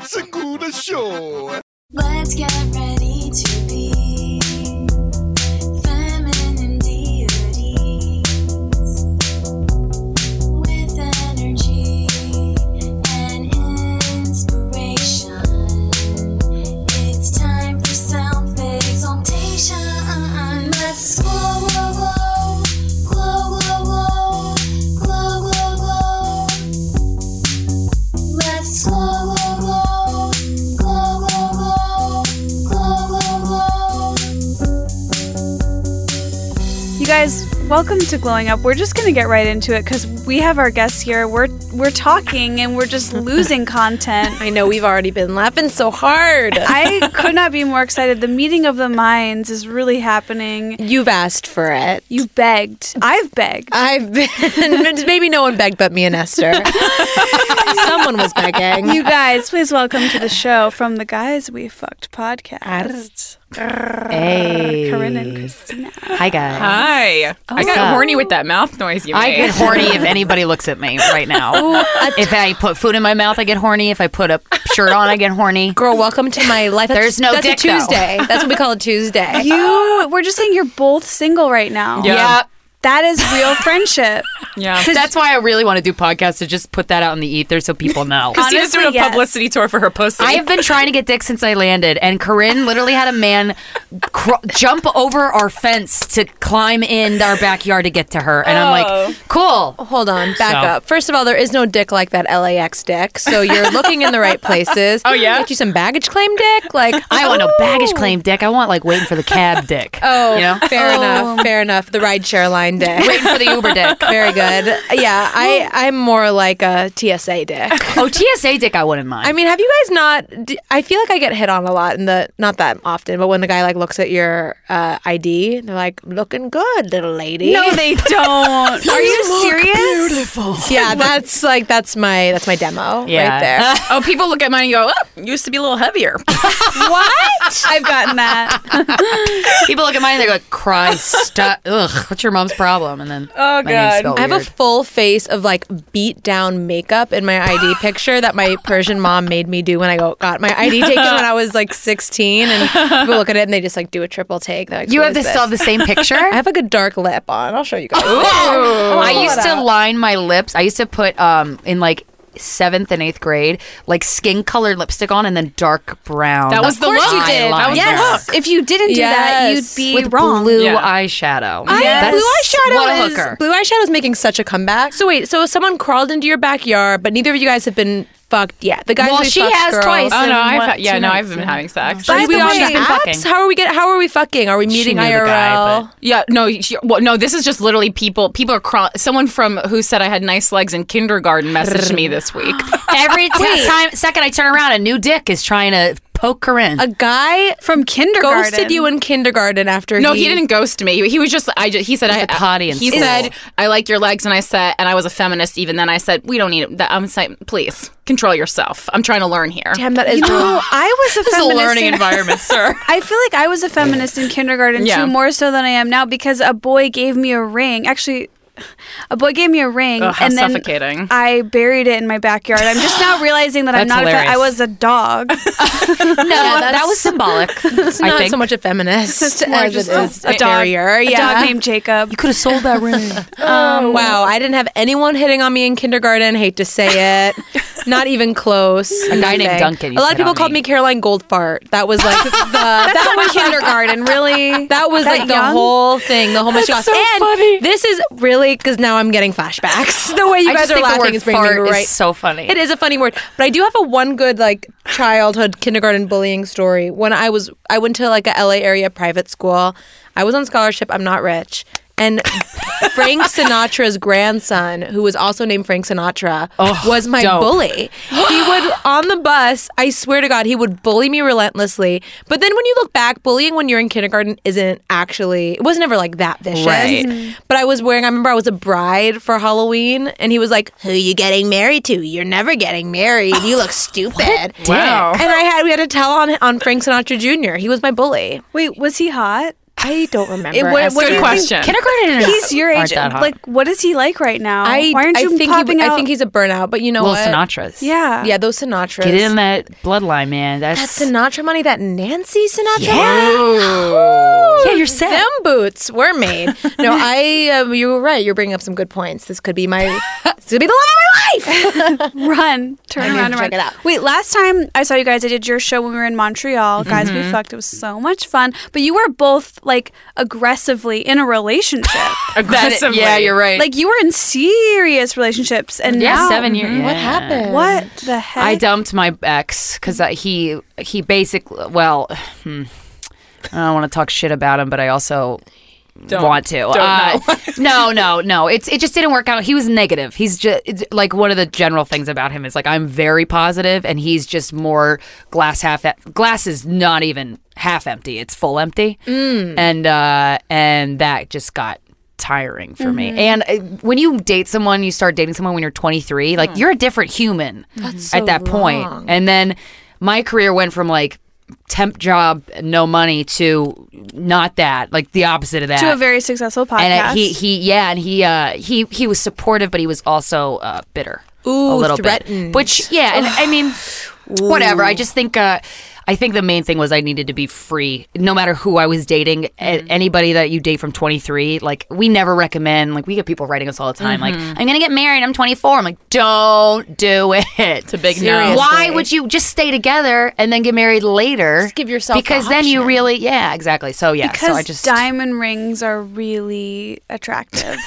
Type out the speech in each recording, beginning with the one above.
segura show. Let's get ready to be feminine deities with energy and inspiration. It's time for self exaltation. Let's glow, glow, glow, glow, glow, glow, glow, glow, glow. Let's glow, glow, glow, glow, glow, glow, glow, glow, glow. You guys, welcome to Glowing Up. We're just gonna get right into it because we have our guests here. We're we're talking and we're just losing content. I know we've already been laughing so hard. I could not be more excited. The meeting of the minds is really happening. You've asked for it. You begged. I've begged. I've been maybe no one begged but me and Esther. Someone was begging. You guys, please welcome to the show from the Guys We Fucked podcast. Hey. Corinne and Christina. Hi guys. Hi. I got horny with that mouth noise you made. Oh, I get horny if anybody looks at me right now. if I put food in my mouth, I get horny. If I put a shirt on, I get horny. Girl, welcome to my life. There's no That's dick, a though. Tuesday. That's what we call a Tuesday. You we're just saying you're both single right now. Yeah. Yeah. That is real friendship. yeah. That's why I really want to do podcasts to just put that out in the ether so people know. She was doing a Honestly, yes. publicity tour for her pussy. I have been trying to get dick since I landed, and Corinne literally had a man cr- jump over our fence to climb in our backyard to get to her, and I'm like, "Cool, Hold on, back So- up. First of all, there is no dick like that LAX dick, so you're looking in the right places. Oh yeah? get you some baggage claim dick. Like I want no baggage claim dick. I want like waiting for the cab dick. Oh, you know, fair enough, fair enough. The rideshare line dick. waiting for the Uber dick. Very good. Yeah, I I'm more like a TSA dick. Oh, TSA dick, I wouldn't mind. I mean, have you guys not? d- I feel like I get hit on a lot in the not that often, but when the guy like looks at your uh, ID, they're like, "Looking good, little lady." No, they don't. Are you serious? yeah, that's like that's my that's my demo Yeah. right there. oh, people look at mine and go, oh, used to be a little heavier. What? I've gotten that. People look at mine and they're like, Christ, uh, ugh, what's your mom's problem? And then, Oh, my name's God. spelled I have a weird. full face of like beat down makeup in my ID picture that my Persian mom made me do when I go, got my ID taken when I was like 16. And people look at it and they just like do a triple take. They're like, you "What have is this, still have the same picture? I have like a dark lip on. I'll show you guys. I used to line my lips. I used to put um in like seventh and eighth grade, like skin colored lipstick on and then dark brown. That was the look. eyeliner. you did. That was the Yes. If you didn't do Yes. that, you'd be With wrong. blue Yeah. eyeshadow. I, That's blue eyeshadow what a is hooker. blue eyeshadow is making such a comeback. So wait, so someone crawled into your backyard, but neither of you guys have been fucked yet. The guys Well, we she fucked has girls- twice. Oh, And no. I've what, had, yeah, two no, nights I've been in- having sex. By She's the been- way, she's been apps? fucking. How are we get? How are we fucking? Are we meeting knew IRL? the guy, Yeah, no, she, well, no. This is just literally people. People are crawl. Someone from who said I had nice legs in kindergarten messaged me this week. Every t- time, second I turn around, a new dick is trying to poke Corinne. a guy From kindergarten. ghosted you in kindergarten after. No, he, he didn't ghost me. He was just I. Just, he said I a potty in He school. said I like your legs, and I said, and I was a feminist even then. I said we don't need it. That- I'm saying, please control yourself. I'm trying to learn here. Damn, that is You know, I was a feminist. in- environment, sir. I feel like I was a feminist in kindergarten Yeah. too, more so than I am now, because a boy gave me a ring. Actually, a boy gave me a ring, Oh, how and then suffocating. I buried it in my backyard. I'm just now realizing that I'm not. That's A fe- I hilarious. was a dog. no, that was symbolic. It's not I think. so much a feminist as more it just is a a terrier. A yeah. dog named Jacob. could have sold that ring. Um, wow, I didn't have anyone hitting on me in kindergarten. Hate to say it, not even close. A guy named Duncan used A lot to of hit people on called me. me Caroline Goldfart. That was like the that was kindergarten, really? That was like the young? whole thing, the whole much gossip. and this is really because now I'm getting flashbacks. The way you I guys just are think the laughing word is bringing me fart is right. so funny. It is a funny word, but I do have a one good like childhood kindergarten bullying story. When I was, I went to like a LA area private school. I was on scholarship. I'm not rich. And Frank Sinatra's grandson, who was also named Frank Sinatra, Oh, was my dope. bully. He would on the bus. I swear to God, he would bully me relentlessly. But then when you look back, bullying when you're in kindergarten isn't actually. It was never like that vicious. Right. Mm-hmm. But I was wearing. I remember I was a bride for Halloween, and he was like, "Who you getting married to? You're never getting married. You look stupid." Wow. Oh, And I had we had to tell on on Frank Sinatra Jr. He was my bully. Wait, was he hot? I don't remember. It was- Esther. Good question. Kindergarten is He's your aren't age. that hot. Like, what is he like right now? I, Why aren't you I think popping he, out? I think he's a burnout, but you know Little what? Sinatra's. yeah. Yeah, those Sinatras. Get in that bloodline, man. That's, That Sinatra money, that Nancy Sinatra money. yeah, you're set. Them boots were made. No, I. Um, you were right. You're bringing up some good points. This could be my. this could be the love of my life. Run, turn need around, and to check run. it out. Wait, last time I saw you guys, I did your show when we were in Montreal. Guys, we fucked. It was so much fun. But you were both like aggressively in a relationship. Aggressively. yeah, you're right. like you were in serious relationships, and yeah, now seven years. What yeah. happened? What the heck? I dumped my ex because he he basically well, hmm, I don't want to talk shit about him, but I also want to. Uh, no, no, no. It's it just didn't work out. He was negative. He's just like one of the general things about him is like I'm very positive, and he's just more glass half glass is not even half empty. It's full empty, Mm. and uh, and that just got tiring for Mm-hmm. me. And uh, when you date someone, you start dating someone when you're 23, like you're a different human at that point. And then my career went from like temp job, no money to not that, like the opposite of that. to a very successful podcast. and uh, he he yeah, and he uh he he was supportive, but he was also uh, bitter. Ooh, a little threatened. bit. Which yeah, and I mean whatever. I just think uh I think the main thing was I needed to be free, no matter who I was dating. Mm-hmm. A- Anybody that you date from 23, like we never recommend. Like we get people writing us all the time, Mm-hmm. like I'm gonna get married, I'm 24. I'm like, don't do it. It's a big no. Seriously. Why would you just stay together and then get married later? Just give yourself the because then you option. really, yeah, exactly. So yeah, because so I just diamond rings are really attractive.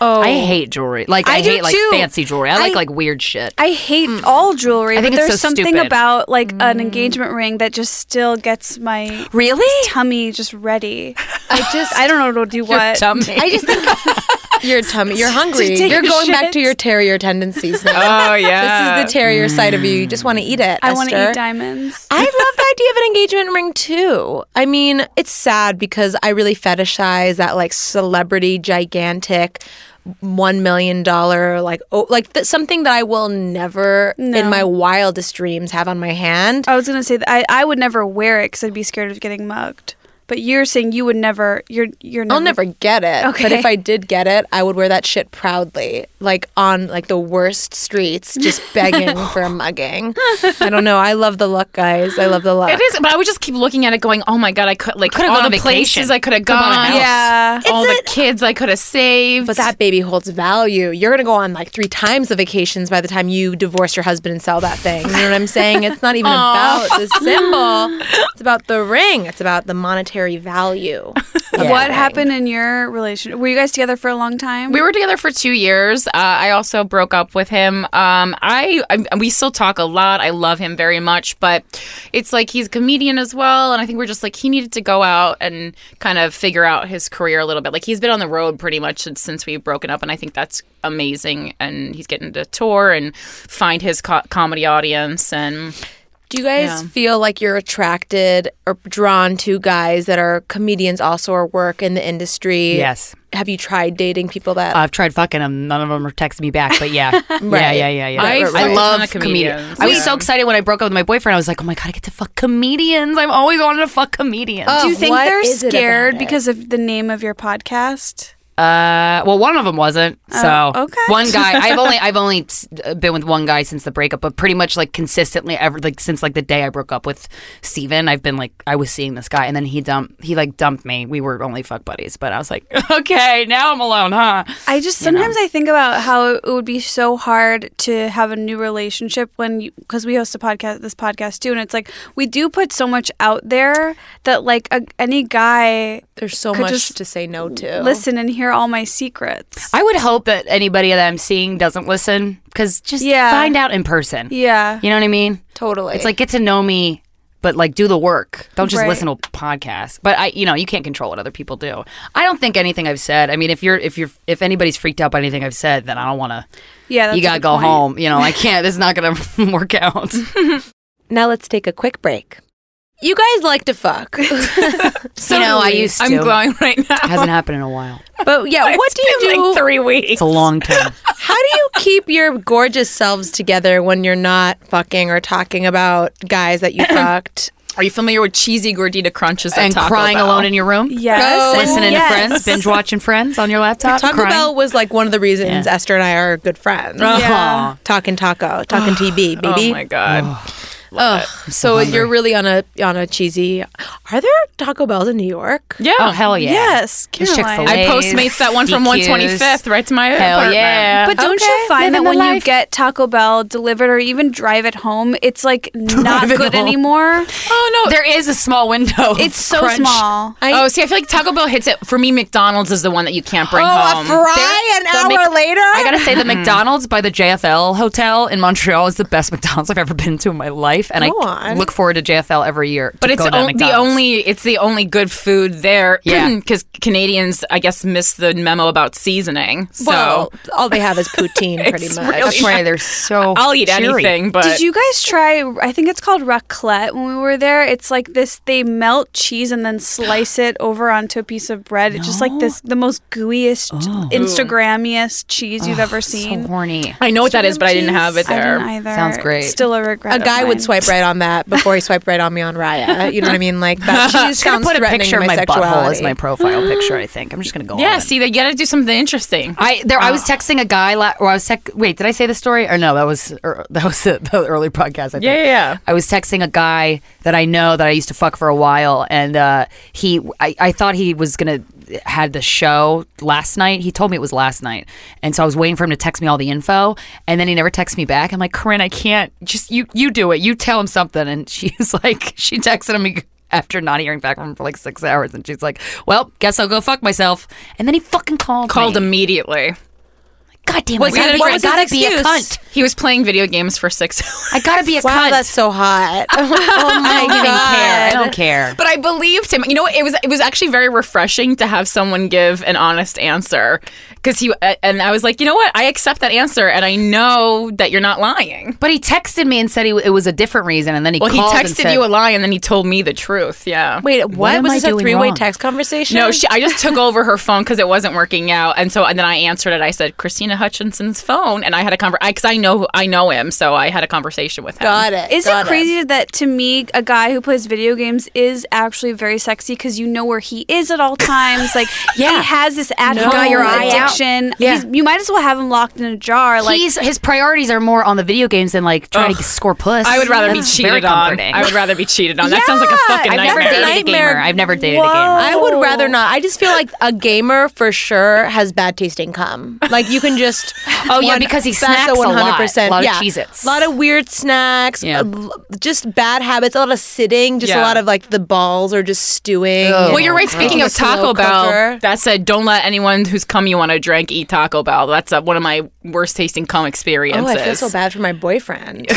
I hate jewelry. Like Oh. I, I do hate like too. fancy jewelry. I, I- like like weird shit. I hate all jewelry, Mm. I think but it's there's so something stupid. Mm. about like an engagement ring that just still gets my really? tummy just ready. I just I don't know to do what. I just think your tummy. You're hungry. take You're a going back shit. to your terrier tendencies now. oh this yeah. is the terrier side of you. You just want to eat it. I want to Esther. eat diamonds. I love the idea of an engagement ring too. I mean, it's sad because I really fetishize that like celebrity gigantic one million dollar like oh like th- something that I will never in my wildest dreams have on my hand. I was gonna say that I, I would never wear it because I'd be scared of getting mugged. But you're saying you would never. You're you're. Never, Uh-huh. I'll never get it. But Okay. if I did get it, I would wear that shit proudly, like on like the worst streets, just begging for a mugging. I don't know. I love the look, guys. I love the look. It is, but I would just keep looking at it, going, "Oh my god, I could like Could've all gone on the vacation. places I could have Could've bought a gone, house. Yeah. all the kids I could have saved." But that baby holds value. You're gonna go on like three times the vacations by the time you divorce your husband and sell that thing. You know what I'm saying? It's not even about the symbol. It's about the ring. It's about the monetary value. What happened in your relationship? Were you guys together for a long time? we were together for two years. Uh, I also broke up with him. Um, I, I we still talk a lot. I love him very much, but it's like he's a comedian as well, and I think we're just like he needed to go out and kind of figure out his career a little bit. Like he's been on the road pretty much since, since we've broken up, and I think that's amazing. And he's getting to tour and find his co- comedy audience and. Do you guys Yeah. feel like you're attracted or drawn to guys that are comedians also or work in the industry? Yes. Have you tried dating people that I've tried fucking them. None of them are texting me back. But yeah, yeah, yeah, yeah, yeah. Right, right, I right. love Ton of comedians. comedians. I was Yeah. so excited when I broke up with my boyfriend. I was like, oh my god, I get to fuck comedians. I've always wanted to fuck comedians. Uh, Do you think What they're is it about scared it? because of the name of your podcast? Uh, well, one of them wasn't. So Oh, okay. one guy. I've only I've only s- uh, been with one guy since the breakup, but pretty much like consistently ever like since like the day I broke up with Steven, I've been like I was seeing this guy, and then he dumped he like dumped me. We were only fuck buddies, but I was like, okay, now I'm alone, huh? I just sometimes I think about how it would be so hard to have a new relationship when because we host a podcast, this podcast too, and it's like we do put so much out there that like a, any guy there's so could much just to say no to? listen and hear all my secrets. Oh. I would hope that anybody that I'm seeing doesn't listen because just Yeah. find out in person. yeah, You know what I mean? Totally. It's like get to know me, but like do the work. Don't just Right. listen to podcasts. But I, you know, you can't control what other people do. I don't think anything I've said. I mean, if you're if you're if anybody's freaked out by anything I've said, then I don't want to. yeah. That's You a gotta good go point. home. You know, I can't. This is not gonna work out. now let's take a quick break. You guys like to fuck. you know, I used to. I'm glowing right now. Hasn't happened in a while. But yeah, what do you It's been do? like three weeks? It's a long time. How do you keep your gorgeous selves together when you're not fucking or talking about guys that you fucked? Are you familiar with cheesy gordita crunches at and Taco crying Bell? alone in your room. Yes. No. Oh, Listening Yes. to Friends, binge watching Friends on your laptop. Taco crying. Oh. Bell was like one of the reasons Esther and I are good friends. Yeah. Talking taco, talking TB, baby. Oh my god. Ugh. So you're really on a on a cheesy. Are there Taco Bells in New York? Yeah. Oh hell yeah! Yes, There's Caroline. Chick-fil-A. I postmates that one from DQs. 125th right to my Hell apartment. yeah! But don't you Okay, find living that the when you life. get Taco Bell delivered or even drive it home, it's like not Drive it good home. anymore? Oh no. there is a small window. of It's so crunch. small. oh, see, I feel like Taco Bell hits it. For me, McDonald's is the one that you can't Oh, bring home. fry an hour later. I gotta say, the McDonald's by the JFL Hotel in Montreal is the best McDonald's I've ever been to in my life, and Go I on. look forward to JFL every year. but to it's go to on- the McDonald's. only it's the only good food there. Yeah. because Canadians, I guess, miss the memo about seasoning. So well, all they have is poutine, pretty It's much. really- That's why they're so. I'll eat cheery. anything. But Did you guys try? I think it's called raclette. When we were there, it's like this: they melt cheese and then slice it over onto a piece of bread. It's just like this, the most gooeyest, Instagramiest cheese you've ever Oh. So seen. horny. I know what that is, but I didn't have it I there. didn't either. Sounds great. It's still a regret. a of guy would mine. swipe right on that before he swiped right on me on Raya. You know what I mean? Like that cheese I'm sounds gonna put a threatening picture to of my, my butthole as sexuality. my profile picture. I think I'm just gonna go. yeah, on. see, they gotta do something interesting. Uh, I there. I was texting a guy. La- or I was tec- Wait, did I say the story? Or no, that was er, that was the, the early podcast. I think. Yeah, yeah, yeah. I was texting a guy that I know that I used to fuck for a while, and uh, he. I, I thought he was gonna had the show last night. He told me it was last night, and so I was waiting for him to text me all the info, and then he never texted me back. I'm like, Corinne, I can't. Just you. You do it. You tell him something, and she's like, she texted me. After not hearing back from him for like six hours, and she's like, "Well, guess I'll go fuck myself." And then he fucking called. Called me. immediately. God damn, Was I gotta, it- be, what I was gotta his be a excuse? cunt. He was playing video games for six hours. I gotta be a Wow, cunt. that's so hot. oh I my don't even care. I god. don't care. But I believed him. You know what? It was it was actually very refreshing to have someone give an honest answer because he uh, and I was like, you know what? I accept that answer, and I know that you're not lying. But he texted me and said he, it was a different reason, and then he Well, he called and texted said, you a lie, and then he told me the truth. Yeah. Wait, what, am was I this a doing three-way wrong? text conversation? No, she, I just took over her phone because it wasn't working out, and so and then I answered it. I said Christina Hutchinson's phone, and I had a conver because I, know I know him, so I had a conversation with him. got it. Is got it crazy that to me, a guy who plays video games is actually very sexy because you know where he is at all times? Like, Yeah. he has this addict No. Got your eye out. addiction. Yeah. He's, you might as well have him locked in a jar. Like, He's his priorities are more on the video games than like trying to score puss. I would rather be That's cheated very on. comforting. I would rather be cheated on. That sounds like a Yeah, fucking I've never nightmare. dated a Nightmare. gamer. I've never dated a Whoa. gamer. I would rather not. I just feel like a gamer for sure has bad tasting cum. Like you can just Oh, yeah, one- because he that's snacks a lot. 100%. A lot of yeah. Cheez-Its. a lot of weird snacks, Yeah. yeah. just bad habits, a lot of sitting, just Yeah. a lot of like the balls are just stewing. Well, you're right. Speaking of Taking Oh, a Taco slow Bell, cooker. that said, don't let anyone who's cum you want to drink eat Taco Bell. That's uh, one of my worst tasting cum Oh, experiences. I feel so bad for my boyfriend.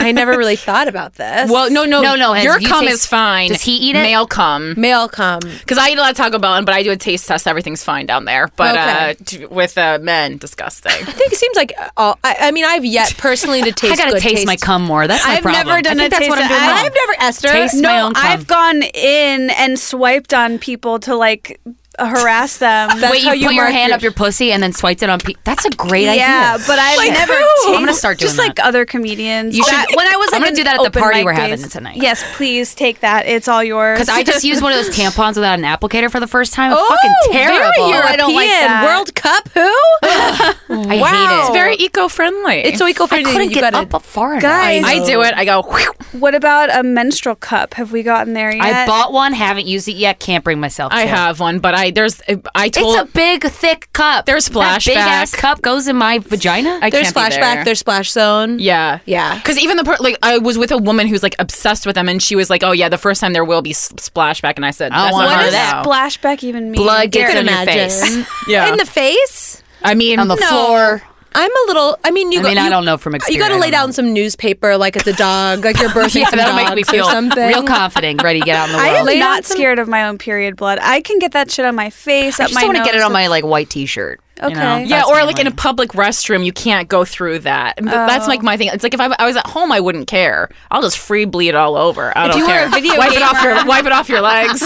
I never really thought about this. Well, no, no, No, no, has- Your you cum taste- is fine. does he eat it? Male cum. male cum. Because I eat a lot of Taco Bell, and but I do a taste test. Everything's fine down there. But uh, Okay. t- with uh, men, disgusting. I think it seems like all. I, I mean, I've yet personally to taste. I gotta good taste, my cum more. That's my I've problem. never done I a think that's what I'm taste- doing. I- wrong. I've never Esther. Taste no, my own cum. I've gone in and swiped on people to like harass them. Wait, you, how you put your mark hand your- up your pussy and then swiped it on. Pe- that's a great idea. yeah, but I've never. who? tasted I'm gonna start doing just like that. other comedians. You should- That- when I was I'm like gonna an do that at the open party mic we're having days- tonight. Yes, please take that. It's all yours. Because I just used one of those tampons without an applicator for the first time. It's Oh, fucking terrible. Oh, Very European. I don't like that. World Cup. Who? I hate it. It's very eco-friendly. Oh. it's so eco I friendly. couldn't You get gotta. up far enough. Guys, I do it. I go. whew. What about a menstrual cup? Have we gotten there yet? I bought one, haven't used it yet. Can't bring myself. I to. have one, but I there's I It's told a big, thick cup. There's That big ass splashback. cup goes in my vagina. I There's can't be flashback. there. There's splash zone. Yeah. Yeah. Because even the part, like, I was with a woman who's like obsessed with them, and she was like, oh, yeah, the first time there will be s- splashback. And I said, I that's want not her what does hard that. now. splashback even mean? Blood gets Could in your imagine. face. Yeah. In the face. I mean, On the no. floor. I'm a little. I mean, you. I go- mean, I you- don't know from You experience, gotta I lay don't down some newspaper, like it's a dog, like you're birthing Yeah, some that'll make me dogs or feel something. real confident, ready to get out in the I world. am I, Lay not on some- scared of my own period blood. I can get that shit on my face. up just my want to get it nose. on my like white t-shirt. Okay. Yeah, or like in a public restroom, you can't go through that. And th- That's Oh. like my thing. It's like if I, I was at home, I wouldn't care. I'll just free bleed all over. I don't you were care. a video wipe it off your wipe it off your legs.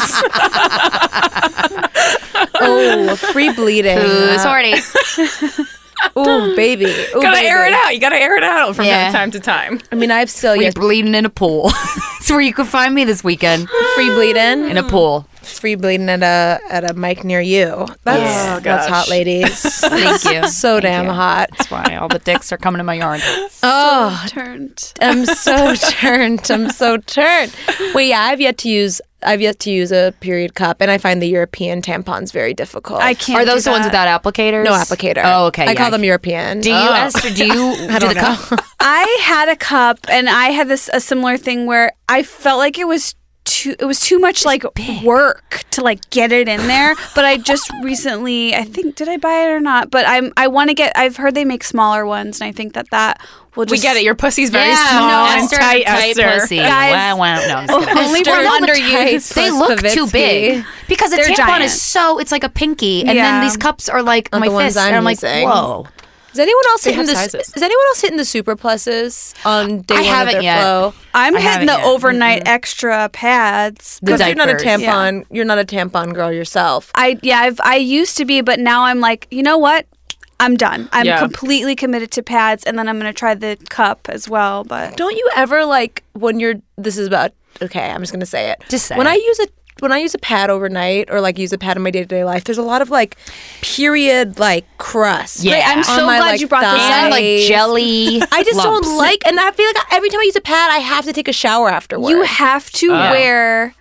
Oh, free bleeding. Uh, Ooh, sorry. Ooh, baby. Ooh, gotta baby. air it out. You gotta air it out from Oh, Yeah. time to time. I mean, I've still Free yet bleeding in a pool. That's where you can find me this weekend free bleeding, in a pool. free bleeding at a at a mic near you. That's Yeah. Oh, that's gosh. hot, ladies. Thank you. so Thank damn you. hot. That's why all the dicks are coming to my yard. Oh, turned. I'm so turned. I'm so turned. Wait, yeah, I've yet to use. I've yet to use a period cup, and I find the European tampons very difficult. I can't. Are do those the ones that. without applicators? No applicator. Oh, okay. I yeah. call them European. Do you, Oh. Esther? Do you do the cup? I had a cup and I had this a similar thing where I felt like it was too it was too much like work to like get it in there. But I just recently I think did I buy it or not? But I'm I want to get I've heard they make smaller ones and I think that that will just we get it. Your pussy's very yeah, small no, and Esther, tight, tight Esther. pussy. Guys, Wow, wow. No, I'm just kidding. only Esther, for no, one but underused. they look too big because a They're tampon giant. is so it's like a pinky, and Yeah. then these cups are like Not my the ones fist, I'm and I'm like, using. whoa. Is anyone else hitting have the? sizes. Is anyone else hitting the super pluses on day I one haven't of their yet. flow? I'm I hitting haven't the yet. overnight Mm-hmm. extra pads. The Because you're not a diapers. Yeah. tampon. You're not a tampon girl yourself. I yeah, I've, I used to be, but now I'm like, you know what? I'm done. I'm Yeah. completely committed to pads, and then I'm gonna try the cup as well. But Don't you ever like when you're? This is about. Okay, I'm just gonna say it. Just say when it. I use a when I use a pad overnight or like use a pad in my day to day life. There's a lot of like period like crust. Yeah. Great, I'm on so glad you brought this up. And like thighs. jelly. I just lumps. don't like, and I feel like every time I use a pad, I have to take a shower afterwards. You have to Oh. wear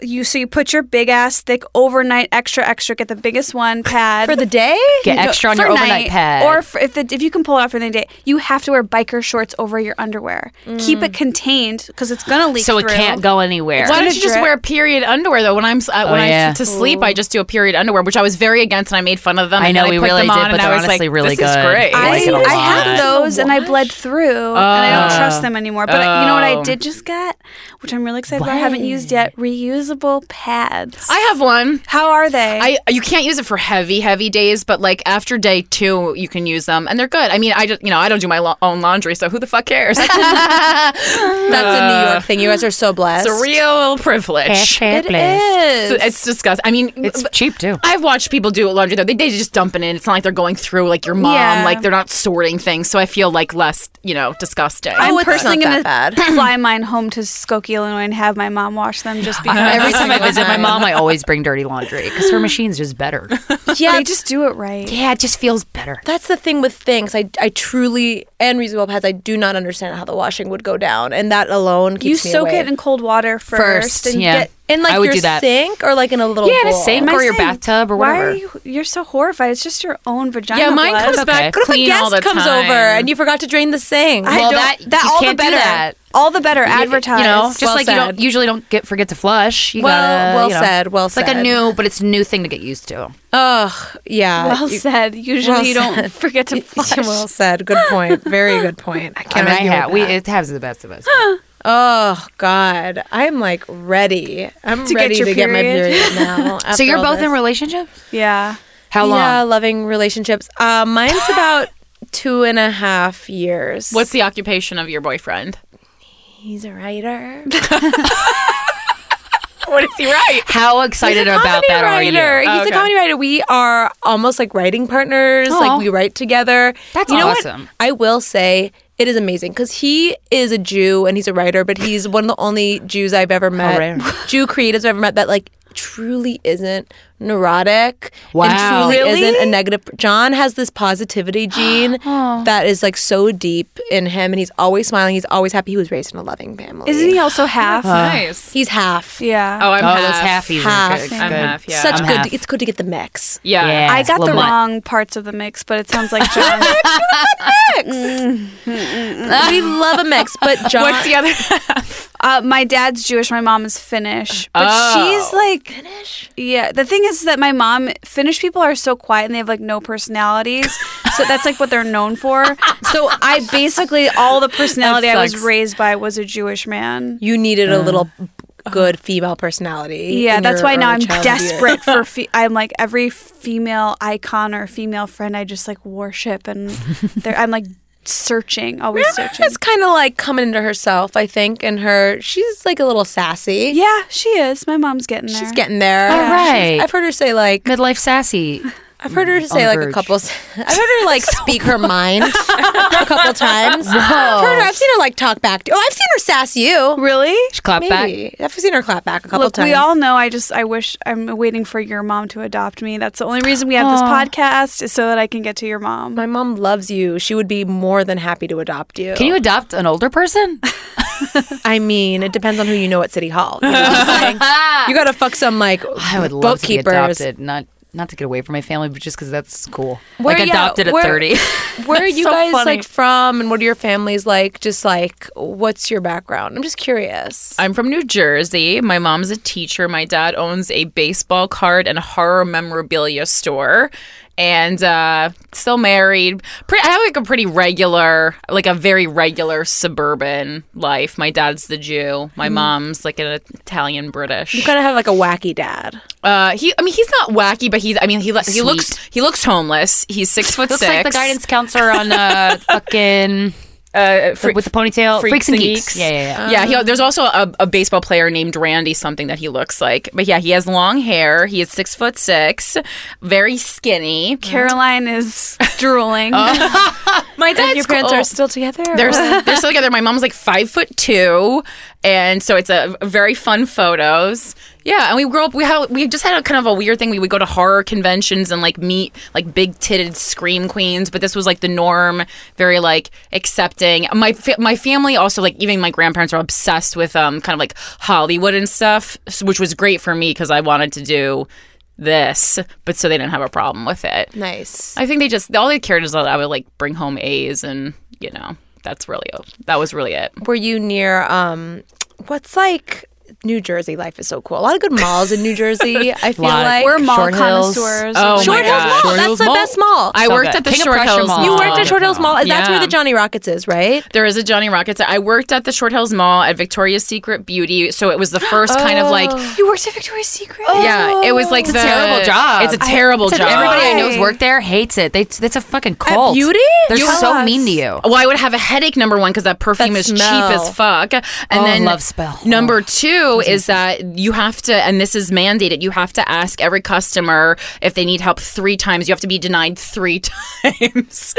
you so you put your big ass thick overnight extra extra get the biggest one pad for the day. Get extra on your for overnight night, pad. or for, if the, if you can pull it off for the day, you have to wear biker shorts over your underwear. Keep it contained because it's gonna leak. Mm. so it through. can't go anywhere. Why don't gonna you just drip. wear period underwear though? When I'm s- uh, when Oh, yeah. I to sleep, I just do a period underwear, which I was very against, and I made fun of them. I and know, then we put really them did, on, but and they're I was honestly like, really This is good. great. I I, like it a I lot. have those and I bled through and I don't trust them anymore. But you know what Oh. I did just get, which I'm really excited about. I haven't used yet. Reusable pads. I have one. How are they? I you can't use it for heavy heavy days, but like after day two, you can use them, and they're good. I mean, I just you know I don't do my lo- own laundry, so who the fuck cares? it's That's a New York thing. You guys are so blessed. a real privilege. Hashtag blessed. So It's disgusting. I mean, It's cheap too. I've watched people do laundry though. They, they just dump it in. It's not like they're going through like your mom. Yeah. Like they're not sorting things. So I feel like less, you know, disgusting. I'm Oh, it's personally gonna not that fly mine home to Skokie, Illinois, and have my mom wash them just because. Every time I single visit my time. mom, I always bring dirty laundry because her machine's just better. yeah, they just do it right. Yeah, it just feels better. That's the thing with things. I, I truly and reusable pads. I do not understand how the washing would go down, and that alone keeps You me soak awake. it in cold water first, First, and yeah. get. in like I would your do that. sink or like in a little Yeah, in a bowl. sink. My Or your sink. bathtub or Why whatever. are you? You're so horrified. It's just your own vagina. yeah, mine blood. comes okay. back What if a clean all the guest comes time. over and you forgot to drain the sink? I Well, don't- that- that you all can't the do better. that. All the better. Advertise. You know, just Well like you don't said. usually don't get forget to flush. You Well- gotta, well you know. said, well it's like a said. new, but it's a new thing to get used to. Ugh, yeah. well You- said. Usually, well you don't said. forget to flush. well said. Good point. Very good point. I I can't mean, I argue ha- with we that. it has the best of us. Oh God, I'm like ready. I'm To get ready your to get my period. period now. so you're both in relationship. relationships? yeah. How long? Yeah, loving relationships. Uh, mine's about two and a half years. What's the occupation of your boyfriend? he's a writer? What is he right? How excited He's a about comedy that are you? Oh, writer. He's Okay. a comedy writer. We are almost like writing partners. Like we write together. That's you know awesome. What? I will say it is amazing because he is a Jew and he's a writer, but he's one of the only Jews I've ever met, rare. Jew creatives I've ever met that like truly isn't neurotic Wow. and truly Really? isn't a negative john has this positivity gene Oh. that is like so deep in him and he's always smiling he's always happy he was raised in a loving family Isn't he also half? Nice. he's half yeah. Uh, Oh, I'm Oh, half. those halfies are Half. good. I'm good. half. Yeah. Um, such I'm good half. it's good to get the mix yeah. Yeah. I got the Lamont. wrong parts of the mix, but it sounds like John. we love a mix, but John. What's the other? Uh, my dad's Jewish. My mom is Finnish, but she's like Finnish. Yeah, the thing is that my mom Finnish people are so quiet and they have like no personalities, so that's like what they're known for. So I basically all the personality I was sucks. raised by was a Jewish man. you needed Uh, a little good female personality. Yeah, in that's your why now early I'm childhood desperate for. Fe- I'm like every female icon or female friend I just like worship, and they're, I'm like searching, always years. searching. She's kind of like coming into herself, I think, and her she's like a little sassy. Yeah, she is. My mom's getting there. she's getting there. All She's- right. I've heard her say like Midlife sassy I've heard her the say like a verge. couple. s- I've heard her like speak her mind a couple times. I've heard her. I've seen her like talk back. To, oh, I've seen her sass you. Really? Clap back. Maybe. I've seen her clap back a couple Look, times. we all know. I just, I wish I'm waiting for your mom to adopt me. That's the only reason we have this podcast is so that I can get to your mom. My mom loves you. She would be more than happy to adopt you. Can you adopt an older person? I mean, it depends on who you know at City Hall. You, know what I'm saying? You gotta fuck some like I would love to be bookkeepers. adopted. Not not to get away from my family, but just because that's cool. Where- like yeah, adopted where- at thirty. Where are you so guys funny. like from, and what are your families like? Just like, what's your background? I'm just curious. I'm from New Jersey. My mom's a teacher. My dad owns a baseball card and horror memorabilia store. And uh, still married. Pretty, I have like a pretty regular, like a very regular suburban life. My dad's the Jew. Mm-hmm. My mom's like an Italian British. You kind of have like a wacky dad. Uh, he, I mean, he's not wacky, but he's. I mean, he le- he Sweet. looks he looks homeless. He's six foot Looks six. like the guidance counselor on uh, fucking uh, fre- with the ponytail. Freaks and Geeks. Yeah, yeah, yeah. yeah, he, there's also a, a baseball player named Randy something that he looks like. But yeah, he has long hair. He is six foot six, very skinny. Caroline is drooling. My dad's Your parents oh, are still together. they're, they're still together. My mom's like five foot two, and so it's a very fun photos. Yeah, and we grew up. We had we just had a kind of a weird thing. We would go to horror conventions and like meet like big titted scream queens, but this was like the norm. Very like accepting. My fa- my family also like even my grandparents are obsessed with um kind of like Hollywood and stuff, s- which was great for me because I wanted to do this, but so they didn't have a problem with it. nice. I think they just all they cared is that I would like bring home A's and you know that's really that was really it. Were you near um, what's like New Jersey? Life is so cool. A lot of good malls in New Jersey. I feel Lot. like We're mall Short Hills. connoisseurs. Oh Short my Hills God. Mall. Short That's Hills the Mall? best mall. I So worked good. at the King of Short Prussia Hills. Mall. you Oh, worked at Short Hills Mall. Is That's where Yeah. the Johnny Rockets is, right? There is a Johnny Rockets. I worked at the Short Hills Mall at Victoria's Secret Beauty, so it was the first kind of like you worked at Victoria's Secret. yeah, it was like It's a the- terrible job. It's a terrible It's a- job. Everybody I know Why? who's worked there hates it. They, it's a fucking cult. Beauty? They're You- so Tell us. mean to you. Oh. Well, I would have a headache number one because that perfume That is smell. cheap as fuck, and Oh, then love spell. Number two is that you have to, and this is mandated. You have to ask every customer if they need help three times. You have to be denied three times.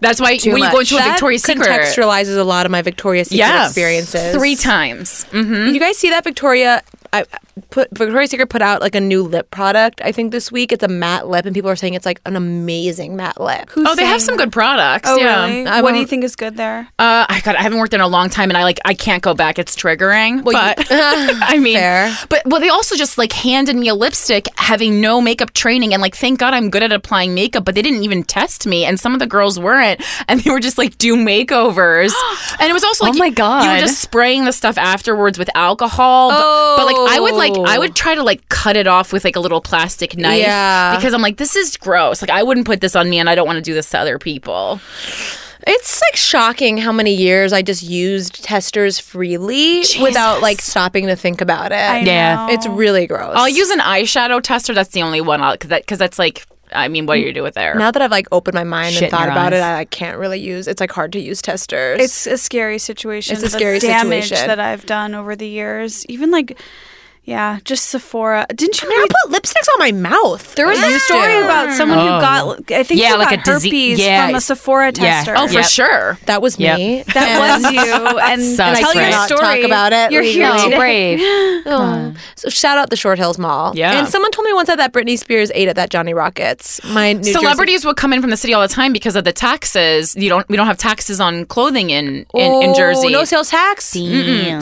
That's why when you go much. into a That Victoria's Secret, contextualizes a lot of my Victoria's Secret yeah, experiences. three times. Mm-hmm. You guys see that Victoria? I put Victoria's Secret put out like a new lip product. I think this week it's a matte lip, and people are saying it's like an amazing matte lip. Oh, they have some good products. Oh, yeah. really? I what do you won't- think is good there? Uh, I God, I haven't worked in a long time, and I like I can't go back. It's triggering. but I mean, Fair. but well, they also just like handed me a lipstick, having no makeup training, and like thank God I'm good at applying makeup. But they didn't even test me, and some of the girls weren't, and they were just like do makeovers, and it was also like Oh my you God. were just spraying the stuff afterwards with alcohol. Oh. But, like I would like I would try to like cut it off with like a little plastic knife, Yeah. because I'm like this is gross. Like I wouldn't put this on me, and I don't want to do this to other people. It's like shocking how many years I just used testers freely without like stopping to think about it. Yeah. It's really gross. I'll use an eyeshadow tester. That's the only one I'll because that, 'cause that's like I mean, what do you do with there? now that I've like opened my mind Shit in and thought your about it, eyes. I, I can't really use. It's like hard to use testers. It's a scary situation. It's a the scary damage situation. that I've done over the years. Even like, yeah, just Sephora. Didn't you I read put lipsticks on my mouth. There was a story about someone who got, I think, Yeah, you like got a dise- herpes yeah. from a Sephora Yeah. tester. Oh, for Yep. sure. that was Yep. me. that was you. And, and Sucks, tell right? your Not story. talk about it You're here legally. so today. brave. Oh. So shout out the Short Hills Mall. Yeah. And someone told me once that, that Britney Spears ate at that Johnny Rockets. My New Celebrities would come in from the city all the time because of the taxes. You don't. We don't have taxes on clothing in in, Jersey. in Oh, Jersey. no sales tax.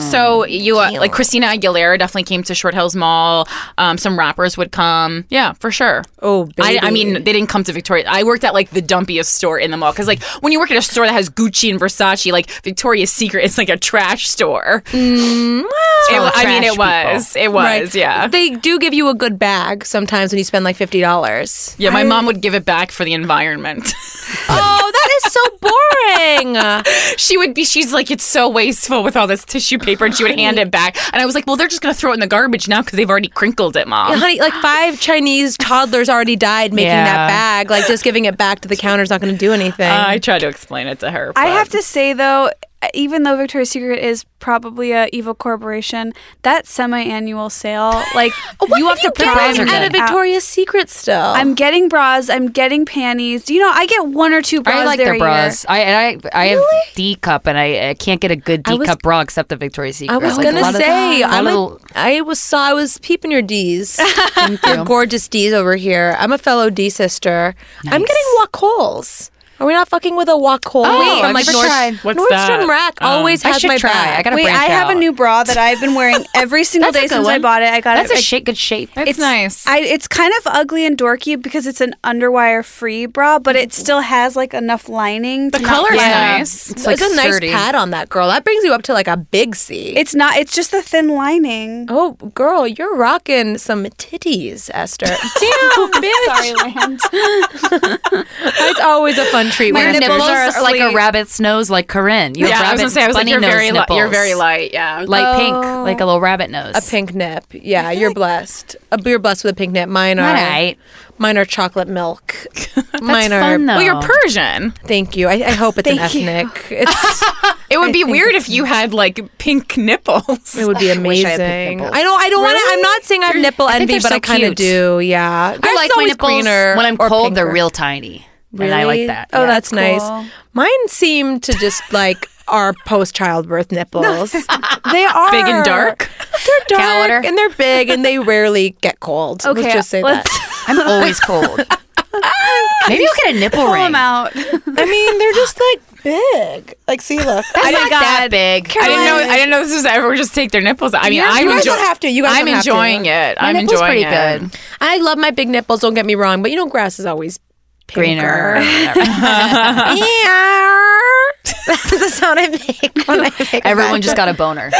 So you uh, like Christina Aguilera definitely came to Short Hills Mall. Um, some rappers would come. Yeah, for sure. Oh, I, baby. I mean, they didn't come to Victoria. I worked at like the dumpiest store in the mall because like when you work at a store that has Gucci and Versace, like Victoria's Secret, it's like a trash store. Mm, It wa- I mean, it trash was. It was. Right. Yeah. They do give you a good bag sometimes when you spend like $50. yeah, my mom would give it back for the environment. oh, that is so boring. she would be, she's like, it's so wasteful with all this tissue paper, and she would hand it back. And I was like, well, they're just going to throw it in the garbage now because they've already crinkled it, mom. Honey, like five Chinese toddlers already died making Yeah. that bag. Like just giving it back to the counter is not going to do anything. I tried to explain it to her. I but- have to say though, even though Victoria's Secret is probably a evil corporation, that semi-annual sale, like you have to getting prize are out of good. Victoria's Secret still. I'm getting bras. I'm getting panties. You know, I get one or two bras. I like there their a bras. I and I I have D cup and I, I can't get a good D was- cup bra except the Victoria's Secret. I was Like, a gonna lot of- say a lot I'm of a, little- I was saw I was peeping your D's, thank your you. gorgeous D's over here. I'm a fellow D sister. I'm getting walk holes. Are we not fucking with a walk hole Oh, I've from like never North, tried. What's Nordstrom that? Rack? Oh. always I has should my try. back. I gotta Wait, branch I have out. a new bra that I've been wearing every single day That's a good since I one. bought it. I got That's it. a like, shape, good shape. It's nice. I, it's kind of ugly and dorky because it's an underwire free bra, but it still has like enough lining. The to not color's line up. nice. It's like There's a nice sturdy. pad on that girl. That brings you up to like a big C. It's not. It's just the thin lining. oh, girl, you're rocking some titties, Esther. Damn, bitch. It's always a fun treat. Your when nipples, nipples are, are like a asleep. rabbit's nose, like Corinne. You have yeah, I was rabbit gonna say I was like bunny you're nose very li- nipples. you're very light. Yeah, Light pink, like a little rabbit nose. Oh. a pink nip. Yeah, you're blessed. Uh, you're blessed with a pink nip. Mine are. All right. Mine are chocolate milk. Mine fun, though. Well, you're Persian. Thank you. I, I hope it's an ethnic. It's, It would be weird if you had like pink nipples. it would be wish I had pink amazing. nipples. I don't. I don't want to. I'm not saying I have nipple think envy, they're but so I kind of cute. do. Yeah, I Yours like is my always nipples greener when I'm or cold. They're pinker. real tiny, and I Really? like that. Oh, yeah. that's cool. nice. Mine seem to just like are post childbirth nipples. they are Big and dark? They're Cow dark udder? and they're big and they rarely get cold. Okay, let's just say let's that. I'm always cold. Maybe you'll get a nipple pull ring. them out. I mean, they're just like big. Like, see, look. That's Oh my not that God. big. I didn't know. I didn't know this was everyone just take their nipples. out. I mean, You're- I'm you guys enjoy- don't have to. You guys I'm don't have to. enjoying it. My I'm nipple's enjoying pretty it. good. I love my big nipples. Don't get me wrong, but you know, grass is always Greener. or pinker. whatever. That's the sound I make when I make. Everyone just got a boner.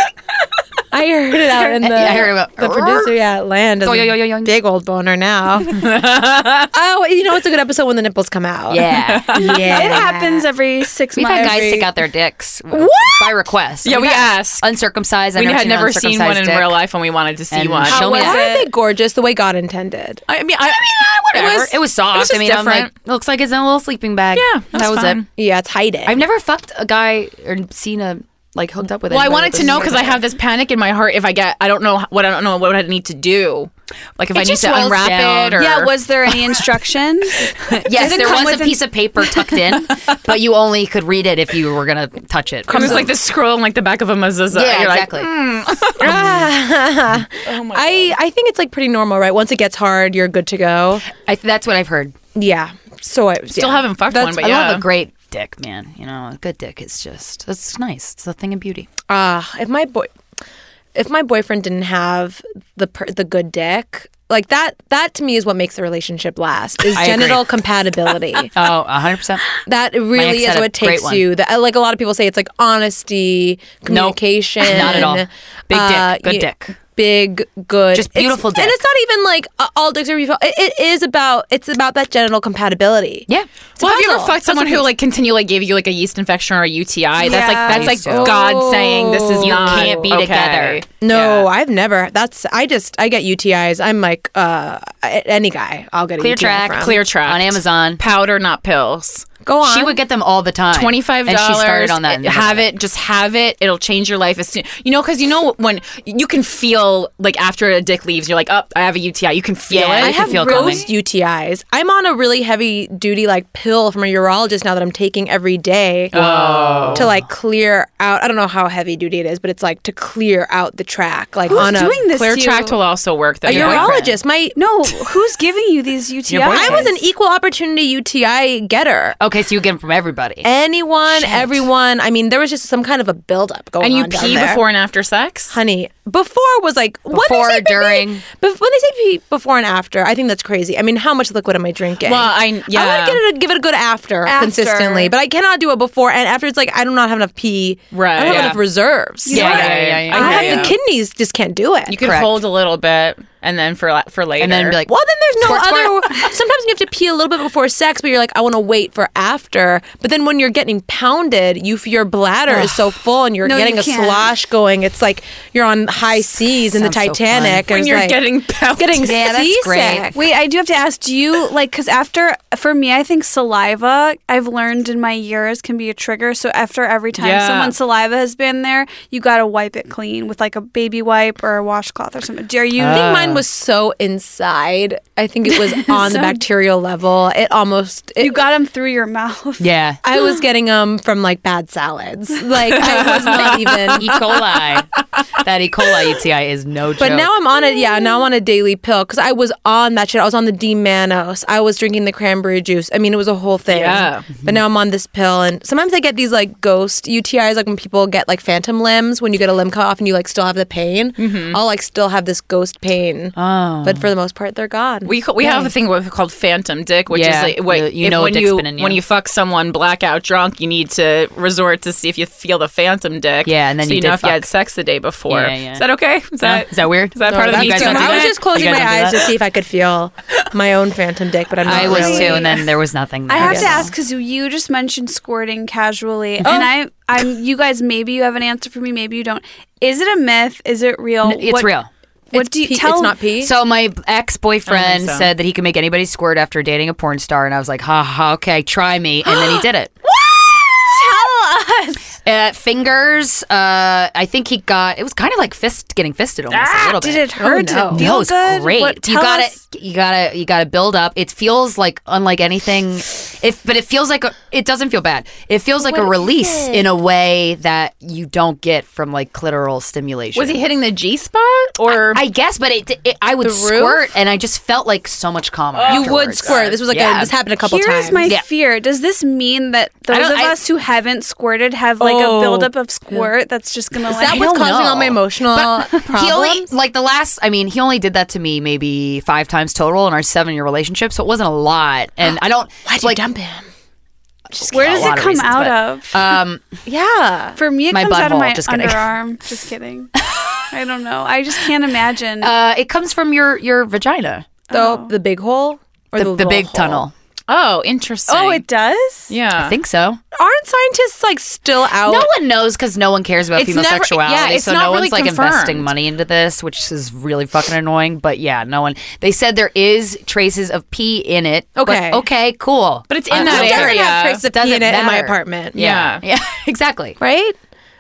I heard it out in the, Yeah, I heard it the go, producer. Yeah, land is Yo, yo, yo, yo, a yo. big old boner now. oh, you know it's a good episode when the nipples come out. Yeah. yeah. It happens every 6 We've months. had guys Every- stick out their dicks by request. Yeah, We've we had asked. Uncircumcised. I We never had seen an never seen one in uncircumcised dick. real life, and we wanted to see And one. show me was that. Uh, Why are they gorgeous the way God intended? I mean, I, mean, Whatever. It was, soft. I just mean, I'm different. like, looks like it's in a little sleeping bag. Yeah, that's that was fine. it. Yeah, it's hiding. I've never fucked a guy or seen a like hooked up with. well, I anybody wanted with to a know because I sniper. have this panic in my heart. If I get, I don't know h- what I don't know what I need to do. Like if I need just to rolls unwrap down. it or yeah. Was there any instruction? Yes, there come was with a an- piece of paper tucked in, but you only could read it if you were gonna touch it. it was like the scroll in like the back of a mezuzah. yeah, You're like, exactly. I, I think it's like pretty normal, right? Once it gets hard, you're good to go. I, that's what I've heard. Yeah. So I still haven't fucked one, but I yeah, love a great dick, man. You know, a good dick is just that's nice. It's a thing of beauty. Ah, if my boy, if my boyfriend didn't have the per- the good dick, like that, that to me is what makes a relationship last is I agree. genital compatibility. Oh, hundred percent. that ex really is had a what great takes one. you. That like a lot of people say, it's like honesty, communication, Not at all. Big dick, good you- dick. Big good, Just It's- beautiful and dick. it's not even like uh, all dicks are beautiful. It, it is about it's about that genital compatibility. Yeah. It's a Well, have you ever puzzle. fucked someone Puzzle who piece. like continually gave you like a yeast infection or a UTI? That's like Yeah. that's used like to. God saying this is You not can't be okay. together. No, I've never. That's I just I get UTIs. I'm like uh a- any guy, I'll get a Clear UTI track. from. Clear track On Amazon. Powder, not pills. Go on. She would get them all the time. Twenty five And dollars. she started on that. Have it. Just have it. It'll change your life as soon. You know, because you know when you can feel like after a dick leaves, you're like, oh, I have a UTI. You can feel Yeah, it. I I can have feel gross coming. UTIs. I'm on a really heavy duty like pill from a urologist now that I'm taking every day to like clear out. I don't know how heavy duty it is, but it's like to clear out the track. Like on a doing this? Clear to tract you? will also work. Though. a Your boyfriend. urologist. My No, who's giving you these UTIs? I was an equal opportunity UTI getter. Okay, so you get them from everybody. Anyone, everyone. I mean, there was just some kind of a buildup going And on. you down pee there. before and after sex. honey before was like what Before, they say pee- during. bef- when they say pee before and after i think that's crazy i mean how much liquid am i drinking Well, I- i yeah. want to get it a, give it a good after, After. consistently but i cannot do a before and after it's like i do not have enough pee i Right, don't have yeah. enough reserves Yeah, know yeah, what? yeah, yeah, yeah, i have yeah. the kidneys just can't do it You could Correct. hold a little bit, and then for la- for later, and then be like, well then there's no Squirt, other sometimes you have to pee a little bit before sex but you're like i want to wait for after but then when you're getting pounded you your bladder is so full and you're No, you getting a can't. slosh going it's like you're on high seas in the Sounds so fun. Titanic. and when it's you're like- getting pelted. getting Yeah, that's seasick. great. Wait, I do have to ask. Do you like? Because after, for me, I think saliva. I've learned in my years can be a trigger. So after every time Yeah. someone's saliva has been there, you gotta wipe it clean with like a baby wipe or a washcloth or something. Do you? Uh, I think mine was so inside. I think it was on the bacterial level. It almost it, you got them through your mouth. Yeah. I was getting them from like bad salads. Like I was not even. E. coli. that E. coli UTI is no joke. But now I'm on it. Yeah, now I'm on a daily pill because I was on that shit. I was on the D Manos. I was drinking the cranberry juice. I mean, it was a whole thing. Yeah. But now I'm on this pill, and sometimes I get these like ghost UTIs, like when people get like phantom limbs. When you get a limb cut off and you like still have the pain, Mm-hmm. I'll like still have this ghost pain. Oh. But for the most part, they're gone. We, ca- we have a thing what- called phantom dick, which Yeah, is like what, you- you if know a when dick's you, been in you. when you fuck someone blackout drunk, you need to resort to see if you feel the phantom dick. Yeah, and then so you know did if you had fuck. sex the day before. Yeah, yeah. Is that okay? Is that, Is that weird? Is that part of the you Me guys Too don't do I was that? just closing You my guys don't do eyes to that? see if I could feel my own phantom dick, but I'm not I was really. too, and then there was nothing. I there. have to ask because you just mentioned squirting casually, Mm-hmm. and I, I'm. You guys, maybe you have an answer for me. Maybe you don't. Is it a myth? Is it real? It's What- real. What It's do you pee- tell? It's not pee. So my ex boyfriend so. said that he could make anybody squirt after dating a porn star, and I was like, "Ha ha, okay, try me," and then he did it. Tell us. Uh, fingers. Uh, I think he got. It was kind of like fist getting fisted almost a little bit. Ah, Oh, Did it hurt? No, Did it feel it's good? great. What- you tell gotta, us. you gotta, you gotta build up. It feels like unlike anything. If but it feels like a, it doesn't feel bad. It feels like a release in a way that you don't get from like clitoral stimulation. Was he hitting the G spot or I guess, but it, it I would squirt, and I just felt like so much calmer. you would afterwards. squirt. This was like a, this happened a couple Here's times. my Yeah. fear. Does this mean that those don't- of I- Oh. us who haven't squirted have like a buildup of squirt that's just gonna that like what's don't causing know. all my emotional Uh, problems? He only like the last. I mean, he only did that to me maybe five times total in our seven-year relationship, so it wasn't a lot. And I don't Why'd you like. dump him? where does a lot it of come reasons, out but- of? um, Yeah. For me, it my comes out butthole, of my just kidding. underarm. just kidding. I don't know. I just can't imagine. uh, it comes from your your vagina, So the big hole or Oh. the, the, the little big hole? tunnel. Oh, interesting. oh, it does. yeah. I think so. Aren't scientists like still out? No one knows because no one cares about It's female never- sexuality. yeah, it's so not no really one's like confirmed. investing money into this, which is really fucking annoying. But yeah, no one. They said there is traces of pee in it. but Okay. okay, cool. But it's in I'm that cool. Who area. doesn't have traces of pee Doesn't in it in my matter. apartment? yeah. Yeah, exactly. Right.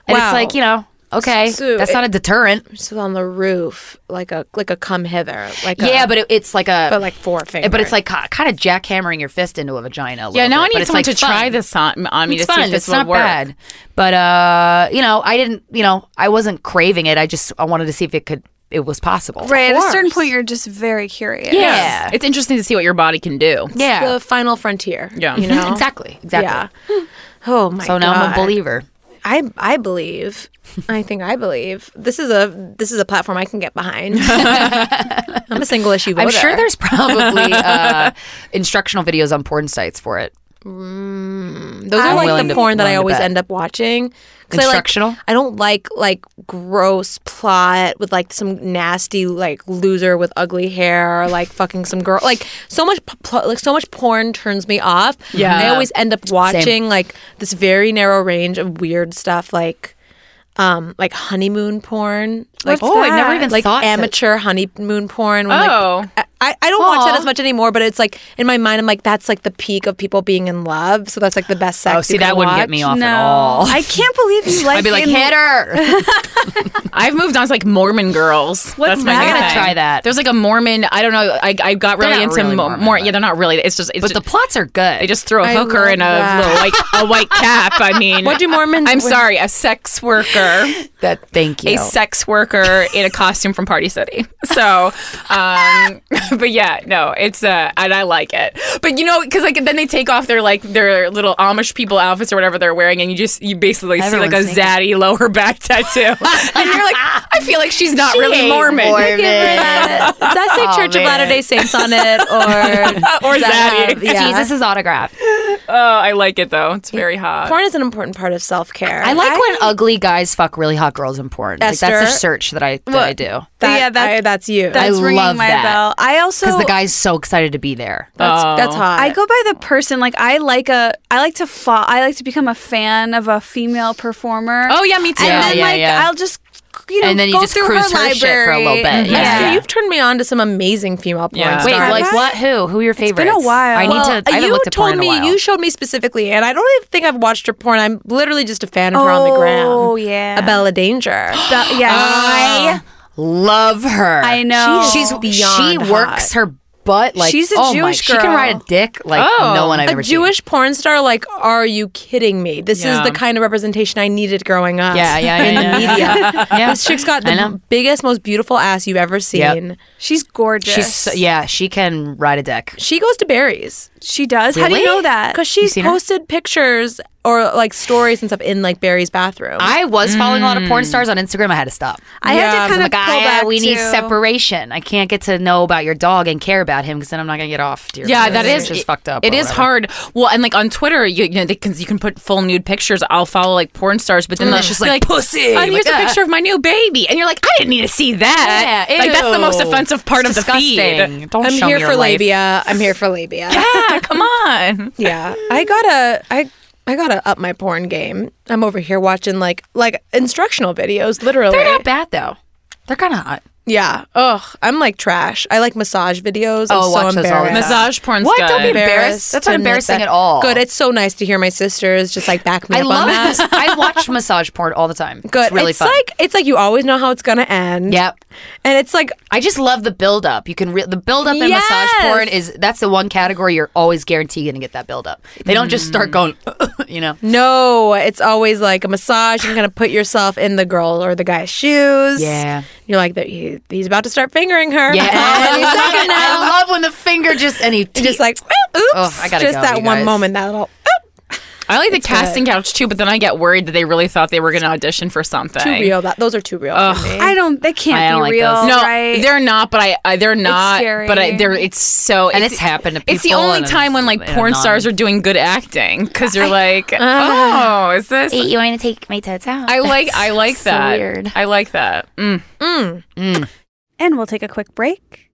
And Wow. it's like you know, okay, So that's not a deterrent. So on the roof, like a like a come hither, like a, yeah, but it, it's like a. eh, but like four fingers. But it's like kind of jackhammering your fist into a vagina. A little Yeah, bit, now I but need it's, someone like, to try fun. this on, on me It's to see fun. if this it's will not work. bad. But uh, you know, I didn't. You know, I wasn't craving it. I just I wanted to see if it could. It was possible. Right. At a certain point, you're just very curious. Yeah. It's interesting to see what your body can do. Yeah. the final frontier. Yeah. You know exactly. Exactly. Yeah. Oh my. So now I'm a God. believer. I I believe. I think I believe. This is a this is a platform I can get behind. I'm a single issue voter. I'm sure there's probably uh, instructional videos on porn sites for it. Mm, those I'm are like willing the to- porn that I willing to always bet. end up watching. 'Cause I like- Instructional? I don't like like gross plot with like some nasty like loser with ugly hair or like fucking some girl. Like so much p- pl- like so much porn turns me off. Yeah. I always end up watching like this very narrow range of weird stuff like um like honeymoon porn. Like What's Oh, I never that? even like thought to- amateur honeymoon porn. When, Oh. like, I I don't watch that Aw. as much anymore. But it's like in my mind, I'm like that's like the peak of people being in love. So that's like the best sex. Oh, you see, can that wouldn't get watch. me off at No, all. I can't believe you like. Oh. I'd be like, in- hit her. I've moved on to like Mormon girls. That's my that? new I gotta thing. try that. There's like a Mormon. I don't know. I, I got They're really not into really mo- Mormon, more. but- Yeah, they're not really. It's just. It's But the just, plots are they good. just throw a I hooker love in a that. little white a white cap. I mean, What do Mormons- I'm sorry, a sex worker, that thank you. a sex worker in a costume from Party City. So, um, but yeah, no, it's uh, and I like it. But you know, because like then they take off their like their little Amish people outfits or whatever they're wearing, and you just you basically see like a Everyone's zaddy lower back tattoo, and you're like, I feel like she's not really Mormon. That's like Church of man. Latter Day Saints on it, or Or that- zaddy. yeah. Jesus' autograph. Oh, I like it though. It's very hot. Porn is an important part of self care. I like when ugly guys fuck really hot girls in porn. Like, that's Esther? a search that I that I do. that. Yeah, that- I- that's you. That's I ringing love my that. bell. I also Because the guy's so excited to be there. that's, that's hot. I go by the person. Like I like a, I like to fo- I like to become a fan of a female performer. Oh yeah, me too. and Yeah, then yeah, like yeah. I'll just you know, and then you go just through cruise her, shit for a little library. bit. Mhm. Yeah. Esther, you've turned me on to some amazing female porn Yeah. Wait, stars. like Starbucks? what? Who? Who are your favorites? been a while. I need Well, to. I haven't you looked at told porn in a me while. you showed me specifically, and I don't even think I've watched her porn. I'm literally just a fan of her on the ground. Oh, yeah. a Bella Danger. But, yeah. I love her. I know. Oh. She's She's she beyond works her butt like She's a oh my, Jewish She can girl. ride a dick like Oh. no one I've ever a Jewish porn star, like, are you kidding me? This Yeah. is the kind of representation I needed growing up. Yeah, yeah, in yeah, the yeah. media. Yeah. This chick's got I know. the biggest, most beautiful ass you've ever seen. She's seen. gorgeous. She's so, yeah, she can ride a dick. She goes to Barry's She does. How do you Really? know that? because she's Uh, seen her? posted pictures or like stories and stuff in like Barry's bathroom. I was following a lot of porn stars on Instagram. I had to stop. I had Yeah, to kind I'm of like, pull "Ah, back. we need too. separation. I can't get to know about your dog and care about him because then I'm not gonna get off. Dear Yeah, friends, that is which is fucked up. It or is whatever. hard. Well, and like on Twitter, you, you know, they can, you can put full nude pictures. I'll follow like porn stars, but then that's just Mm. like, pussy. "Oh, And here's Like, a uh. picture of my new baby, and you're like, I didn't need to see that. Yeah, like that's the ew. most offensive part of the Disgusting. feed. Don't I'm show here me for your life. labia. I'm here for labia. Yeah, come on. yeah i gotta i I gotta up my porn game. I'm over here watching like like instructional videos, literally. They're not bad though. They're kind of hot. Yeah. Ugh. I'm like trash. I like massage videos. I'm Oh, so watch those all the embarrassed. time. Massage porn's What? Don't good. be embarrassed. That's not and, like, embarrassing that- at all. Good. It's so nice to hear my sisters just like back me I up love on that. this. I watch massage porn all the time. Good. It's really it's fun. like it's like you always know how it's gonna end. Yep. And it's like I just love the build up. You can re- the build up in massage Yes. porn is that's the one category you're always guaranteed going to get that build up. They don't just start going, you know. no, it's always like a massage. You're gonna put yourself in the girl or the guy's shoes. Yeah. You're like that. He, he's about to start fingering her. Yeah, Any I love second it. now. I love when the finger just and he just like oops, Oh, I gotta just go, that you one guys. moment, that little. I like the casting couch too, but then I get worried that they really thought they were going to audition for something. Too real. That those are too real for me. I don't. They can't I don't be like real. those. No, right? they're not. But I, I they're not. scary. But I, they're. It's so. And it's happened to It's the people only and time when like it's porn non- stars are doing good acting because you're like, oh, is this? You want me to take my toes out? I like. I like so that. weird. I like that. Mm. Mm. and we'll take a quick break.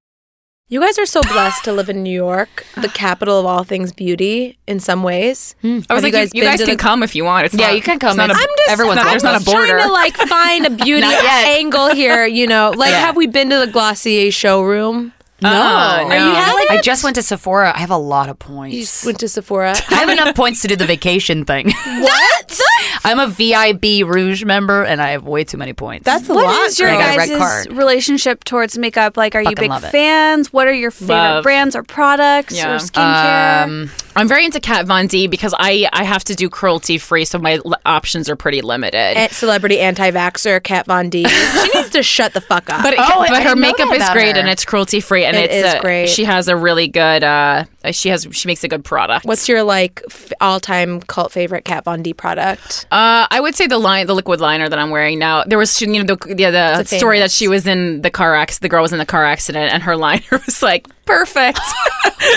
You guys are so blessed to live in New York, the capital of all things beauty. In some ways, Hmm. I was Have like, you, you been guys to can the- come if you want. It's Yeah, not- you can come. It's not a, It's- I'm just- everyone's I'm there's not a just border. trying to like find a beauty Not yet. angle here. You know, like Yeah. have we been to the Glossier showroom? Oh, no. Uh, no. Are you I just went to Sephora. I have a lot of points. You just went to Sephora. I have enough points to do the vacation thing. what? I'm a VIB Rouge member, and I have way too many points. That's a What is lot. your girl. Red guys' card. relationship towards makeup? Like, are you Fucking big love it. fans? What are your favorite Love. brands or products Yeah. or skincare? Um, I'm very into Kat Von D because I I have to do cruelty free, so my l- options are pretty limited. At celebrity anti-vaxxer Kat Von D. she needs to shut the fuck up. but it, Oh, I but her didn't know makeup that is about great her. and it's cruelty free and It it's is a- great. She has a really good. uh She has she makes a good product. What's your like f- all-time cult favorite Kat Von D product? Uh, I would say the line, the liquid liner that I'm wearing now. There was, you know, the yeah, the It's a story that famous- she was in the car accident. The girl was in the car accident, and her liner was like perfect.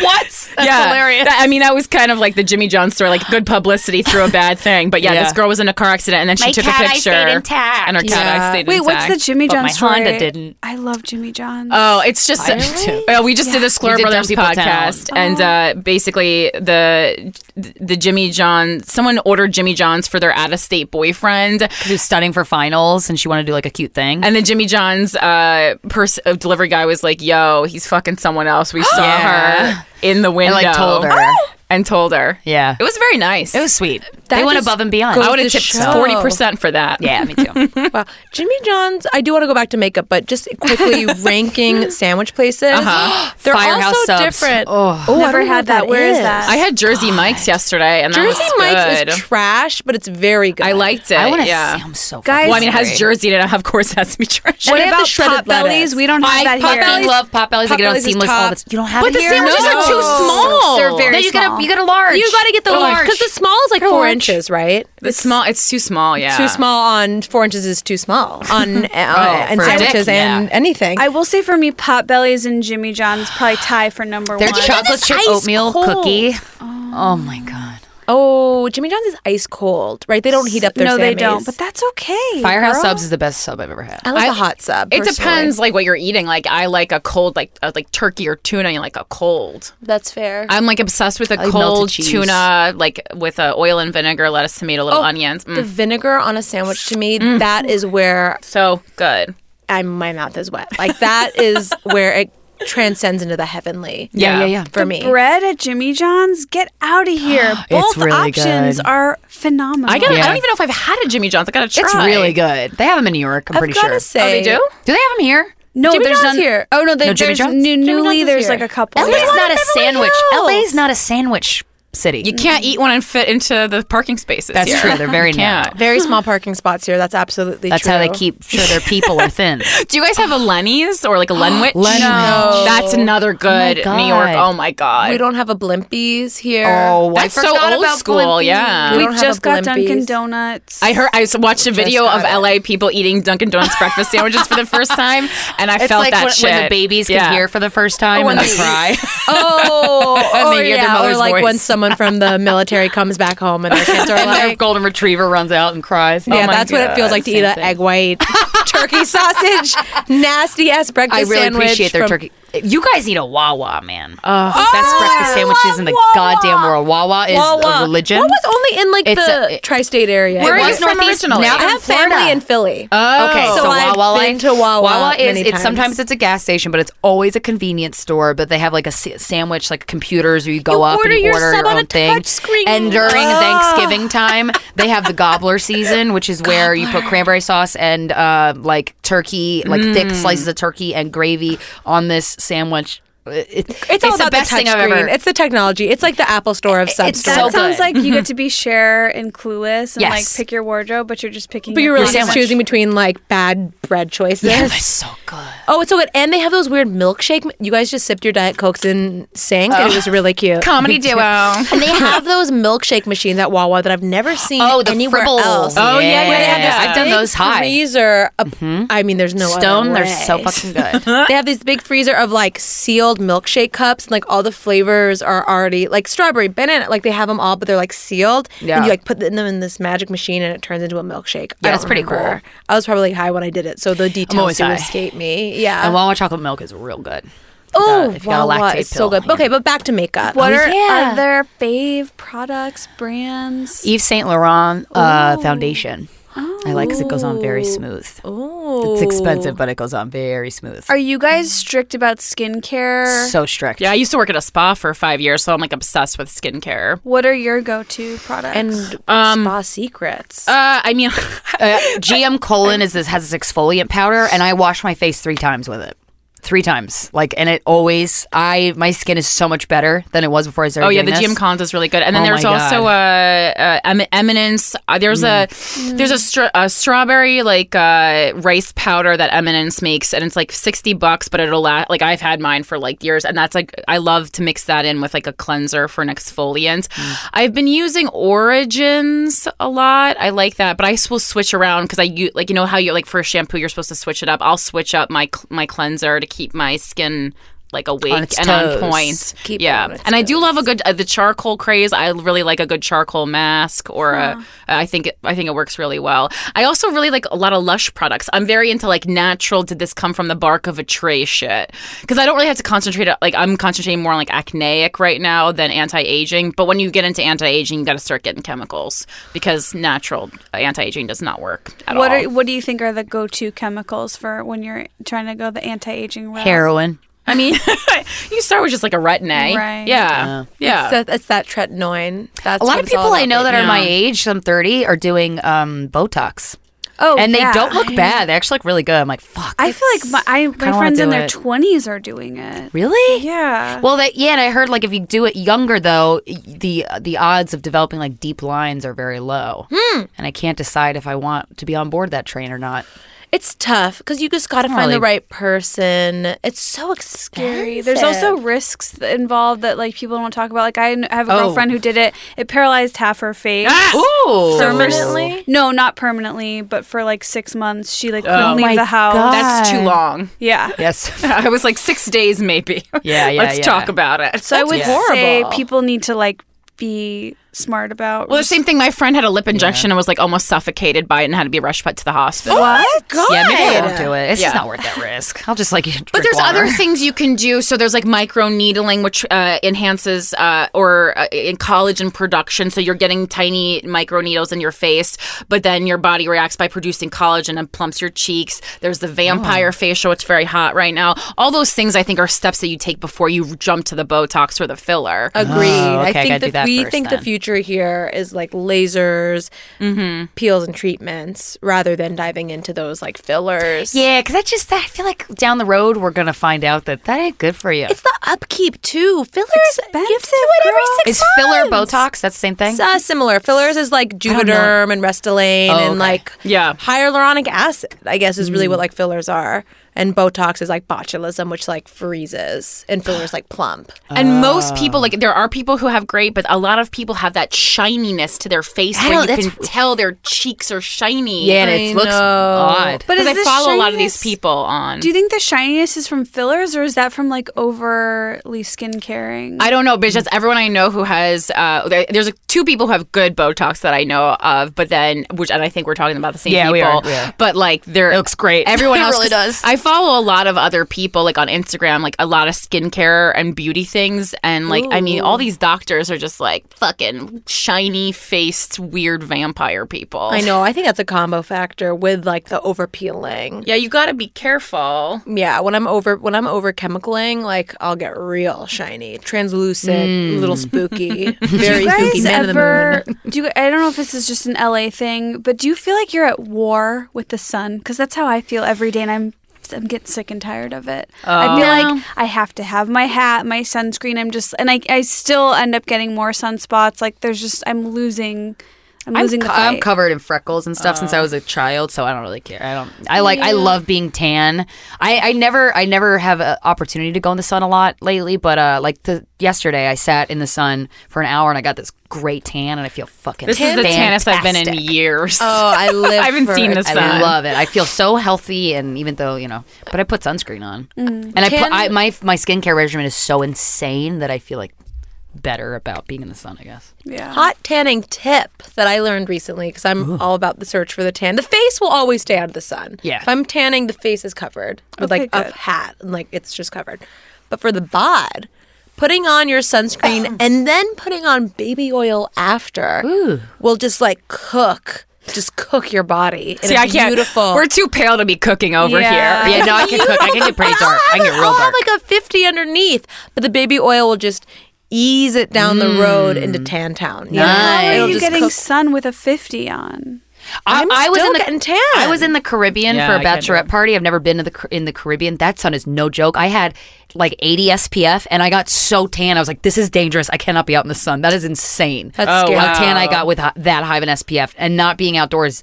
what? yeah, hilarious. That- I mean, that was kind of like the Jimmy John story, like good publicity through a bad thing. But yeah, Yeah. this girl was in a car accident, and then she My took cat a eye picture, stayed intact. and her cat Yeah. eye stayed Wait, what's intact. the Jimmy But John my story? Honda didn't. I love Jimmy John's. Oh, it's just uh, we just did the Sklur You did Dumb Brothers People podcast, and uh, basically the the Jimmy John. Someone ordered Jimmy Johns for their out of state boyfriend, She was studying for finals, and she wanted to do like a cute thing. And then Jimmy John's uh, pers- uh, delivery guy was like, "Yo, he's fucking someone else." We saw Yeah. her in the window, like, told her. and told her. yeah, it was very nice. it was sweet. That they went just above and beyond. goes I would have to tipped show. forty percent for that. yeah, me too. Wow. Jimmy John's, I do want to go back to makeup, but just quickly ranking sandwich places. They're Uh-huh. Firehouse also subs. different. Oh. Never Never had that. Where is that? I had Jersey Mike's yesterday, and Jersey that was Mike's is good. trash, but it's very good. I liked it. I want to. yeah. I'm so Guys- guys. Well, I mean, it has Jersey in it. Of course, it has to be trash. What what about about shredded pot bellies? lettuce? We don't have I that here. fucking love pop bellies. I get Potbellies on is seamless top. all the time. You don't have But it the here. sandwiches are too small. They're very No, you you gotta, gotta- you You got a large. You got to get the large. Because the small is like They're four large. inches, right? It's small. It's too small. Yeah. Too small on four inches is too small on uh, and Oh, for a dick, sandwiches and yeah. anything. I will say for me, pot bellies and Jimmy John's probably tie for number Their one. chocolate chip ice oatmeal cold. cookie. Oh. my god. Oh, Jimmy John's is ice cold, right? They don't heat up their no, they don't. Sammies. But that's okay. girl. Firehouse subs is the best sub I've ever had. I like a hot sub. It personally. depends, like what you're eating. Like I like a cold, like uh, like turkey or tuna. You like a cold. That's fair. I'm like obsessed with a like melted cold cheese. Oh, tuna, like with uh, oil and vinegar, lettuce, tomato, little onions. Mm, The vinegar on a sandwich to me, Mm. that is where so good. I'm, my mouth is wet. Like that is where it transcends into the heavenly. Yeah, yeah, yeah. For me, Bread at Jimmy John's, get out of here. Both really options good. are phenomenal. I got. to I Yeah. don't even know if I've had a Jimmy John's. I gotta try. It's really good. They have them in New York. I'm I've pretty got sure. to Oh, say, they do. Do they have them here? no, Jimmy there's John's none here. Oh no, they, No, Jimmy there's John's? new, newly John's is there's here. like a couple. LA's Yeah. not a sandwich. else. LA's not a sandwich city. You can't eat one and fit into the parking spaces. Mm-hmm. That's here. true. They're very You can't. narrow. very small parking spots here. That's absolutely That's true. how they keep sure their people are thin. Do you guys have a Lenny's or like a Lenwich? Lenwich. No. That's another good Oh God. New York. Oh my god. We don't have a Blimpies here. Oh, I That's so forgot old about school, Blimpie. yeah. We We don't have just a got Blimpies. Dunkin' Donuts. I heard I s- watched a video got of it. LA people eating Dunkin' Donuts breakfast sandwiches for the first time, and I It's felt like that when, shit. when the babies can Yeah. hear for the first time when and they they- cry. Oh, And they or, hear yeah, their or mother's like voice. when someone from the military comes back home and their kids are and their like, golden retriever runs out and cries. yeah, Oh my that's what it feels God. like to Same eat an thing. egg white turkey sausage, nasty ass breakfast I really sandwich. appreciate their from- turkey. You guys eat a Wawa, man. Best breakfast sandwiches in the Wawa. goddamn world. Oh, Wawa is Wawa. a religion. What was only in like It's the a- it- tri-state area? Where It are was you from Northeast- originally? Now I I'm have from Florida. Uh, family in Philly. Okay, Oh. so, So I've Wawa been like to Wawa Wawa is many it's times. sometimes it's a gas station, but it's always a convenience store. But they have like a sa- sandwich, like computers, where you go You up order and you your order sub your on own a thing. touch screen. And during Ah. Thanksgiving time, they have the gobbler season, which is where you put cranberry sauce and uh, like turkey, like thick Mm. slices of turkey and gravy on this sandwich. It- It's, all the about best the thing I've touchscreen. ever. It's the technology. It's like the Apple Store of sub it's stores. so that sounds good. like you get to be Cher and Clueless and like Yes. pick your wardrobe, but you're just picking. But you're your really just sandwich. choosing between like bad bread choices. yeah, it's so good. Oh, it's so good. And they have those weird milkshake. You guys just sipped your Diet Cokes and sank, and it Oh. was really cute. comedy duo. And they have those milkshake machines at Wawa that I've never seen Oh, the anywhere fribbles. else. Oh, yeah, Where they have this yeah, yeah. I've done big those high. Mm-hmm. Freezer. Up, I mean, there's no Stone, Other they're way. so fucking good. they have this big freezer of like sealed milkshake cups and like all the flavors are already like strawberry banana like they have them all but they're like sealed Yeah. and you like put them in this magic machine and it turns into a milkshake Yeah, I it's don't pretty remember. i was probably high when i did it so the details always do high. escape me yeah and Wawa chocolate milk is real good. oh that if you got a Wawa lactate is so pill, good yeah. okay but back to makeup What are yeah. other fave products, brands? Yves Saint Laurent uh, foundation. I like because it goes on very smooth. Ooh. It's expensive, but it goes on very smooth. Are you guys strict about skincare? so strict. Yeah, I used to work at a spa for five years, so I'm like obsessed with skincare. what are your go-to products? and um, spa secrets Uh, I mean, Uh, GM colon is this has this exfoliant powder, and I wash my face three times with it. Three times, like, and it always. I my skin is so much better than it was before I started. oh yeah, the doing Jim this. Collins is really good, and then Oh there's my also uh, uh, em- Eminence. Uh, there's Mm. a there's a, stra- a strawberry like uh, rice powder that Eminence makes, and it's like sixty bucks, but it'll last. Like I've had mine for like years, and that's like I love to mix that in with like a cleanser for an exfoliant. Mm. I've been using Origins a lot. I like that, but I s- will switch around because I u- like you know how you like for shampoo you're supposed to switch it up. I'll switch up my cl- my cleanser to keep my skin. Like awake its and toes. on point. Keep it yeah, on its and I do love a good uh, the charcoal craze. I really like a good charcoal mask or a. uh, I think it, I think it works really well. I also really like a lot of Lush products. I'm very into like natural. Did this come from the bark of a tree? Shit, because I don't really have to concentrate. on- Like I'm concentrating more on like acneic right now than anti aging. But when you get into anti aging, you got to start getting chemicals because natural anti aging does not work at what all. are what do you think are the go-to chemicals for when you're trying to go the anti-aging route? heroin. I mean, you start with just like a retin-A. Right. Yeah. Yeah. It's that, it's that tretinoin. That's A lot what of it's all people I about, know that baby. are my age, some thirty, are doing um, Botox, Oh, and yeah. they don't look bad. They actually look really good. I'm like, fuck. I feel like my I, my wanna friends in do their it. twenties are doing it. really? Yeah. Well, that yeah, and I heard like if you do it younger though, y- the the odds of developing like deep lines are very low. Hmm. And I can't decide if I want to be on board that train or not. It's tough because you just got to find really- the right person. It's so scary. There's also risks th- involved that like people don't talk about. Like I kn- I have Oh. a girlfriend who did it. It paralyzed half her face. Ah! Ah! Ooh, Oh So- No, not permanently, but for like six months, she like couldn't leave my the house. God. That's too God. long. yeah. Yes. I was like six days, maybe. Yeah, yeah, Let's yeah. talk about it. So I would horrible. say people need to like be smart about. Well, the same thing. My friend had a lip injection and was like almost suffocated by it and had to be rushed to the hospital. What? God. Yeah, maybe I won't do it. It's just Yeah. not worth that risk. I'll just like. But there's other things you can do. So there's like micro needling, which uh, enhances uh, or uh, in collagen production. So you're getting tiny micro needles in your face, but then your body reacts by producing collagen and plumps your cheeks. There's the vampire facial, it's very hot right now. All those things I think are steps that you take before you jump to the Botox or the filler. Agreed. Oh, okay, I I think gotta do the- that we first think then. the future here is like lasers, Mm-hmm. peels, and treatments rather than diving into those like fillers. Yeah, because I just I feel like down the road we're gonna find out that that ain't good for you. It's the upkeep too. Fillers, you have to do expensive, it every girl. six Is filler months. Botox? That's the same thing. It's, uh, similar. Fillers is like Juvederm and Restylane Oh, okay. and like Yeah. hyaluronic acid. I guess is really what like fillers are. And Botox is like botulism, which like freezes, and fillers like plump. And most people, like, there are people who have great, but a lot of people have that shininess to their face I where don't- you can that's- tell their cheeks are shiny. yeah, and it I looks know. odd. But Because is I this follow a lot of these shininess- people on. Do you think the shininess is from fillers or is that from like overly skin caring? I don't know, bitch. That's everyone I know who has. Uh, there- there's like, two people who have good Botox that I know of, but then which and I think we're talking about the same Yeah, people. we are, yeah. But like, they're It looks great. Everyone It else really 'cause does. I follow a lot of other people like on Instagram, like a lot of skincare and beauty things, and like I mean, all these doctors are just like fucking shiny faced, weird vampire people. I know. I think that's a combo factor with like the over peeling. Yeah, you got to be careful. Yeah, when I'm over when I'm over chemicaling, like I'll get real shiny, translucent, little spooky, very spooky guys man of the ever do you, I don't know if this is just an LA thing, but do you feel like you're at war with the sun? Because that's how I feel every day, and I'm I'm getting sick and tired of it. I feel like I have to have my hat, my sunscreen. I'm just and I I still end up getting more sunspots. Like there's just I'm losing. I'm I'm, losing co- the I'm fight. covered in freckles and stuff since I Oh. was a child, so I don't really care. I don't. I like. I love being tan. I, I never. I never have an opportunity to go in the sun a lot lately. But uh, like the, yesterday, I sat in the sun for an hour and I got this great tan, and I feel fucking. This is the tannest I've been in fantastic. years. Oh, I live. I haven't for seen it. this. I sun. love it. I feel so healthy, and even though you know, but I put sunscreen on, Mm. and I, put, Tan- I my my skincare regimen is so insane that I feel like better about being in the sun. I guess. Yeah. Hot tanning tip that I learned recently because I'm all about the search for the tan. The face will always stay out of the sun. Yeah. If I'm tanning, the face is covered with like Okay, a good. hat and like it's just covered. But for the bod, putting on your sunscreen and then putting on baby oil after will just like cook, just cook your body. In See, a I can't. Beautiful. We're too pale to be cooking over Yeah. here. Yeah, no, I can cook. I can get pretty dark. I can get real I'll have dark. like a 50 underneath, but the baby oil will just ease it down the road into tan town. you know? Nice. How It'll are you just getting cook- sun with a 50 on? I, I'm I was still in the getting tan. I was in the Caribbean Yeah, for a I can't do bachelorette it. party. I've never been to the Car- in the Caribbean. That sun is no joke. I had like 80 SPF and I got so tan. I was like, this is dangerous. I cannot be out in the sun. That is insane. That's Oh, scary. How tan I got with hi- that high of an SPF and not being outdoors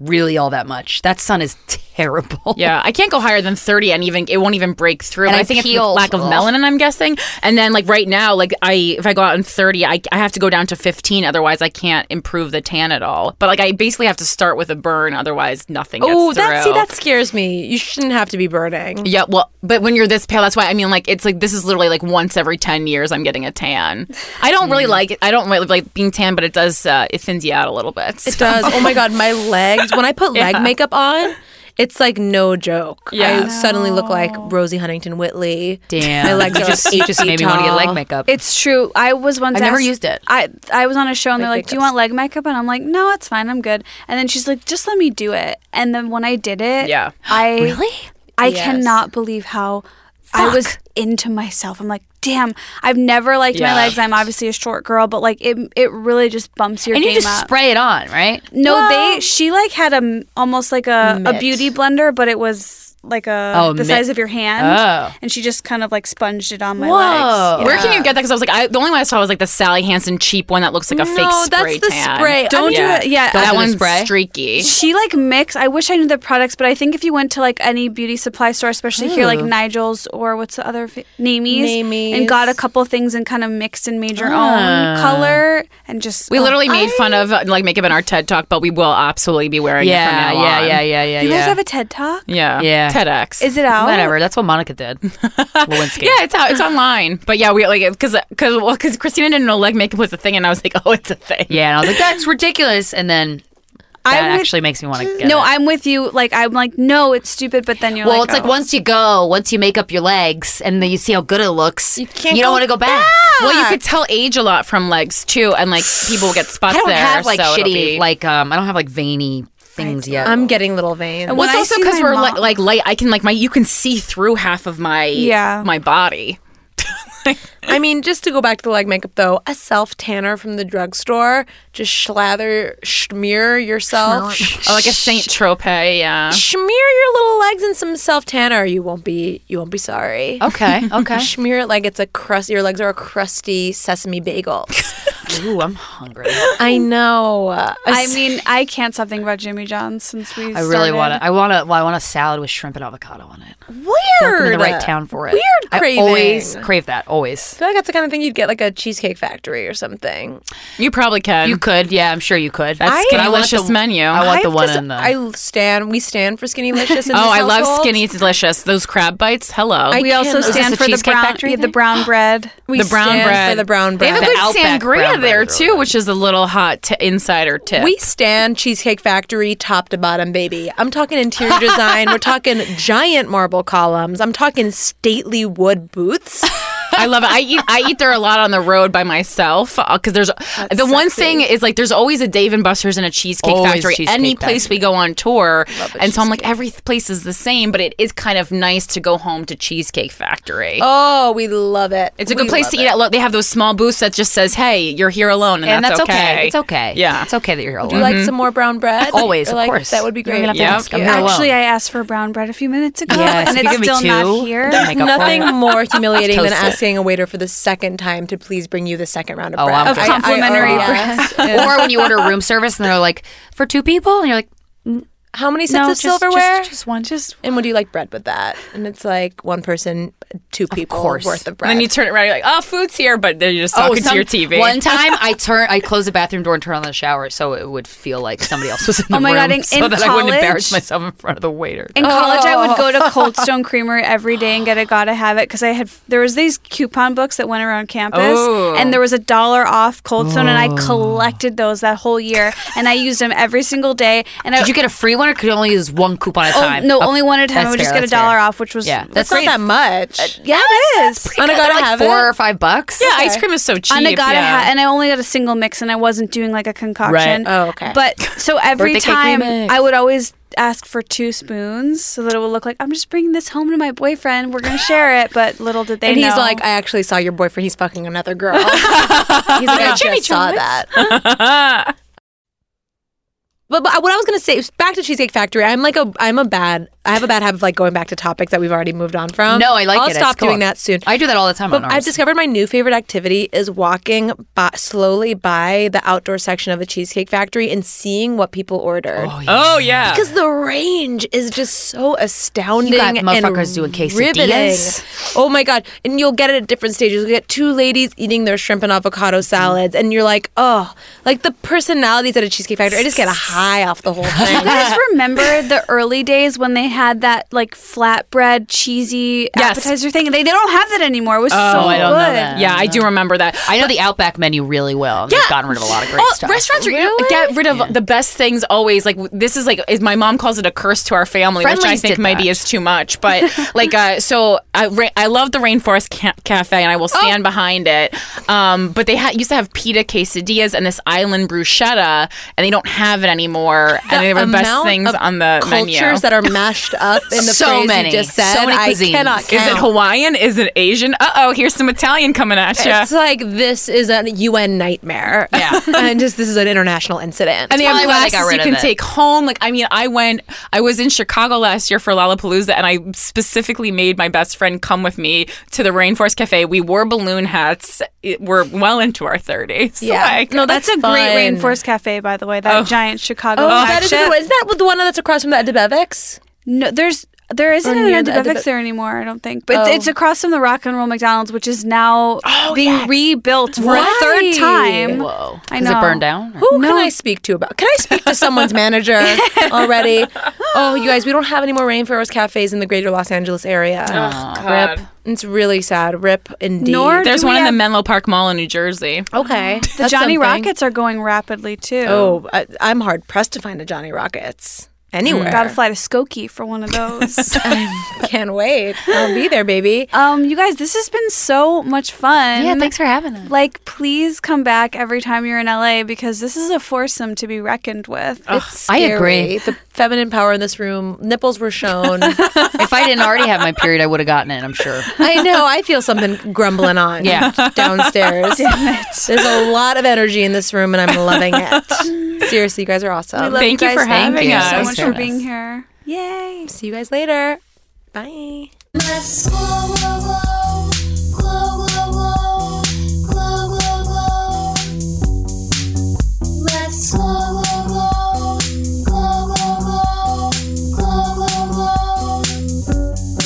really all that much. That sun is terrible. Yeah, I can't go higher than 30 and even it won't even break through. And But I I think it's the peeled. lack of Ugh. melanin, I'm guessing. And then like right now, like I if I go out in 30, I, I have to go down to 15 otherwise I can't improve the tan at all. But like I basically have to start with a burn otherwise nothing gets Oh, that see through. that scares me. You shouldn't have to be burning. yeah, well, but when you're this pale, that's why I mean, like, it's like this is literally like once every ten years I'm getting a tan. I don't Hmm. really like it. I don't really like being tan, but it does uh, it thins you out a little bit. It does. Oh my god, my legs. When I put leg makeup on, it's like no joke. Yeah. I suddenly look like Rosie Huntington Whitley. Damn. My legs you are just, like you eight just feet made me want to get tall. leg makeup. It's true. I was once. I've never asked- used it. I I was on a show and they're Leg like, "Do you makeup's- want leg makeup?" And I'm like, "No, it's fine. I'm good." And then she's like, "Just let me do it." And then when I did it, Yeah. I Really? I Yes. cannot believe how I was into myself. I'm like, "Damn, I've never liked Yeah. my legs. I'm obviously a short girl, but like it it really just bumps your and you game just up." spray it on, right? no, they she like had a m- almost like a, a Mitt. beauty blender, but it was like a Oh, the mitt. size of your hand, Oh. and she just kind of like sponged it on my Whoa. legs. Where can you get that? Because I was like, I, the only one I saw was like the Sally Hansen cheap one that looks like a fake No, that's Oh, spray the tan. spray. Don't Yeah. do it. Yeah, Don't that do the one's spray? streaky. She like mix. I wish I knew the products, but I think if you went to like any beauty supply store, especially here, like Ooh. Nigel's or what's the other fa- Namie's, Namie's. and got a couple things and kind of mixed and made your own color and just We oh, literally made I- fun of uh, like makeup in our TED talk, but we will absolutely be wearing it Yeah, from now yeah, on. yeah, yeah, yeah, You yeah. guys have a TED talk. yeah, yeah, TEDx. Is it out? Whatever. That's what Monica did. Lewinsky. yeah, it's out. It's online. But yeah, we like because because well, 'cause Christina didn't know leg makeup was a thing, and I was like, oh, it's a thing. Yeah, and I was like, that's ridiculous. And then that I'm with- actually makes me want to get No, it. I'm with you. Like I'm like no, it's stupid. But then you're well, like, it's like oh. once you go, once you make up your legs, and then you see how good it looks, you, can't don't go want to go back. Well, you could tell age a lot from legs too, and like people will get spots I don't there. have like so it'll shitty, be- like um, I don't have like veiny things yet. I'm getting little veins. Well, Well, it's When I also see because my we're mom- like like light. I can like my you can see through half of my Yeah. my body. I mean, just to go back to the leg makeup though, a self tanner from the drugstore, just slather, smear yourself, Oh, like a Saint Tropez. Yeah. smear your little legs in some self tanner. You won't be, you won't be Oh, sorry. okay, okay. Smear it like it's a crust. Your legs are a crusty sesame bagel. Ooh, I'm hungry. I know. I I mean, I can't stop thinking about Jimmy John's since we. I really want to. I want to. Well, I want a salad with shrimp and avocado on it. Weird. I'm in the weird. right town for it. Weird I always craving. crave that. Always. feel like that's the kind of thing you'd get like a cheesecake factory or something. You probably can. You could. Yeah, I'm sure you could. That's But I want Skinnylicious the- menu. I want the I've one just- in the. I stand. We stand for skinny licious. oh, I love Skinny Delicious. Those crab bites. Hello. We I also can't- Is this stand the for the Cheesecake brown, Factory yeah, the thing? brown bread. Oh, the brown bread. for the brown They have a bread. good The Outback brown sangria bread there is too, really good. which is a little hot t- insider tip. We stand Cheesecake Factory top to bottom, baby. I'm talking interior design. We're talking giant marble columns. I'm talking stately wood booths. I love it. I eat I eat there a lot on the road by myself because there's the one thing is like there's always a Dave and Buster's and a Cheesecake Always Factory Cheesecake any place Factory. we go on tour, and so I'm like every th- place is the same, but it is kind of nice to go home to Cheesecake Factory. Oh, we love it. It's a good place to eat at. Look, they have those small booths that just says, "Hey, you're here alone," and, and that's, okay. okay. It's okay. Yeah. it's okay that you're here alone. You like some more brown bread? Always, Or, of like, course. That would be You're great. gonna have to Yep. ask. I'm not Actually, alone. I asked for brown bread a few minutes ago, Yes, and if you it's give me still two, not here. I'll make up for Nothing it. more humiliating than Toast it. asking a waiter for the second time to please bring you the second round of Oh, bread. I'm Of I- I complimentary already bread. asked. or when you order room service and they're like, for two people, and you're like, How many sets no, of just, silverware? Just, just one. Just and would you like bread with that? And it's like one person, two people course. worth of bread. And then you turn it around, you're like, "Oh, food's here," but then you're just talking to your TV. Oh, One time, I turn, I closed the bathroom door and turned on the shower, so it would feel like somebody else was in the Oh my room, God, in- so in that I wouldn't embarrass college- myself in front of the waiter. Oh, In college, I would go to Cold Stone Creamery every day and get a gotta have it because I had there was these coupon books that went around campus, Oh. and there was a dollar off Cold Stone, and Oh. I collected those that whole year, and I used them every single day. And I Did you get a free one, or could you only use one coupon at a oh, time? no only one at a time. I that's would just fair, get a that's dollar fair. off, which was Yeah, That's not that much. yeah it is. On a They're gotta like have four it. or five bucks. yeah, ice cream is so cheap. And I got yeah. a hat, and I only got a single mix, and I wasn't doing like a concoction. Right. Oh, okay. But so every Birthday cake time, remix. I would always ask for two spoons so that it would look like I'm just bringing this home to my boyfriend. We're gonna share it, but little did they And know. he's like, I actually saw your boyfriend. He's fucking another girl. he's like, I just saw that. But, but what I was gonna say is back to Cheesecake Factory. I'm like a I'm a bad I have a bad habit of like going back to topics that we've already moved on from. No, I like I'll it. stop It's cool. doing that soon. I do that all the time. But on I've ours. discovered my new favorite activity is walking by, slowly by the outdoor section of the Cheesecake Factory and seeing what people ordered. Oh yeah, Because the range is just so astounding. You got motherfuckers and doing quesadillas. riveting. Oh my god! And you'll get it at different stages. You'll get two ladies eating their shrimp and avocado salads, and you're like, oh, like the personalities at a cheesecake factory. I just get a high off the whole You thing. guys remember the early days when they had that like flatbread cheesy Yes. appetizer thing? They, they don't have that anymore. It was so Oh, I don't good. know that. yeah, I do remember that. I know the Outback menu really well. They've gotten rid of a lot of great Oh, stuff. Restaurants are, you know, get rid of the best things always. Like w- this is like is my mom calls it a curse to our family, which I Friendly's think did maybe that. is too much. But like, uh, so I ra- I love the Rainforest Ca- Cafe, and I will stand Oh. behind it. Um, but they ha- used to have pita quesadillas and this island bruschetta, and they don't have it anymore. and they were the best amount things of on the cultures menu. that are mashed up in the So phrase many. you just said. So many I cuisines. cannot Is is it count. Hawaiian? Is it Asian? Uh oh, here's some Italian coming at It's you. like this is a UN nightmare. Yeah. and just this is an international incident. And they have probably why they classes got rid you of can it. take home. Like, I mean, I went, I was in Chicago last year for Lollapalooza, and I specifically made my best friend come with me to the Rainforest Cafe. We wore balloon hats. It- we're well into our 30s. Yeah. Like, No, Oh, That's a Fun. great Rainforest Cafe, by the way. That giant Chicago Oh, that is a flagship. good one. Isn't that the one that's across from the Debevics? No, there's There isn't an near the end of Antibevics it. there anymore, I don't think. But Oh. it's across from the Rock and Roll McDonald's, which is now being rebuilt for a third time. Whoa. I Does it know. burn down? or- Who can I speak to about? Can I speak to someone's manager already? Oh, you guys, we don't have any more Rainforest cafes in the greater Los Angeles area. God. It's really sad. Rip indeed. Nor There's do one we in the have- Menlo Park Mall in New Jersey. okay. The Johnny Rockets are going rapidly too. Oh, I, I'm hard pressed to find a Johnny Rockets anywhere. Gotta fly to Skokie for one of those. Can't wait. I'll be there, baby. um, you guys, this has been so much fun. Yeah, thanks for having us. Like, please come back every time you're in LA because this is a foursome to be reckoned with. It's I scary. agree. The feminine power in this room. Nipples were shown. if I didn't already have my period, I would have gotten it, I'm sure. I know. I feel something grumbling on. Yeah. Downstairs. There's a lot of energy in this room, and I'm loving it. Seriously, you guys are awesome. love Thank you guys. for Thank having you. us. so Thanks much for for having being us. here. Yay. See you guys later. Bye. Let's glow, glow, glow, glow, glow, glow, glow, glow. Let's glow, glow, glow, glow, glow, glow, glow, glow.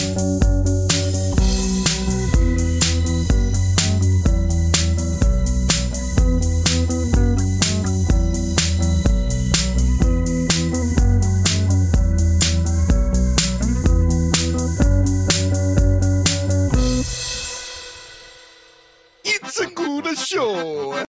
It's a good show.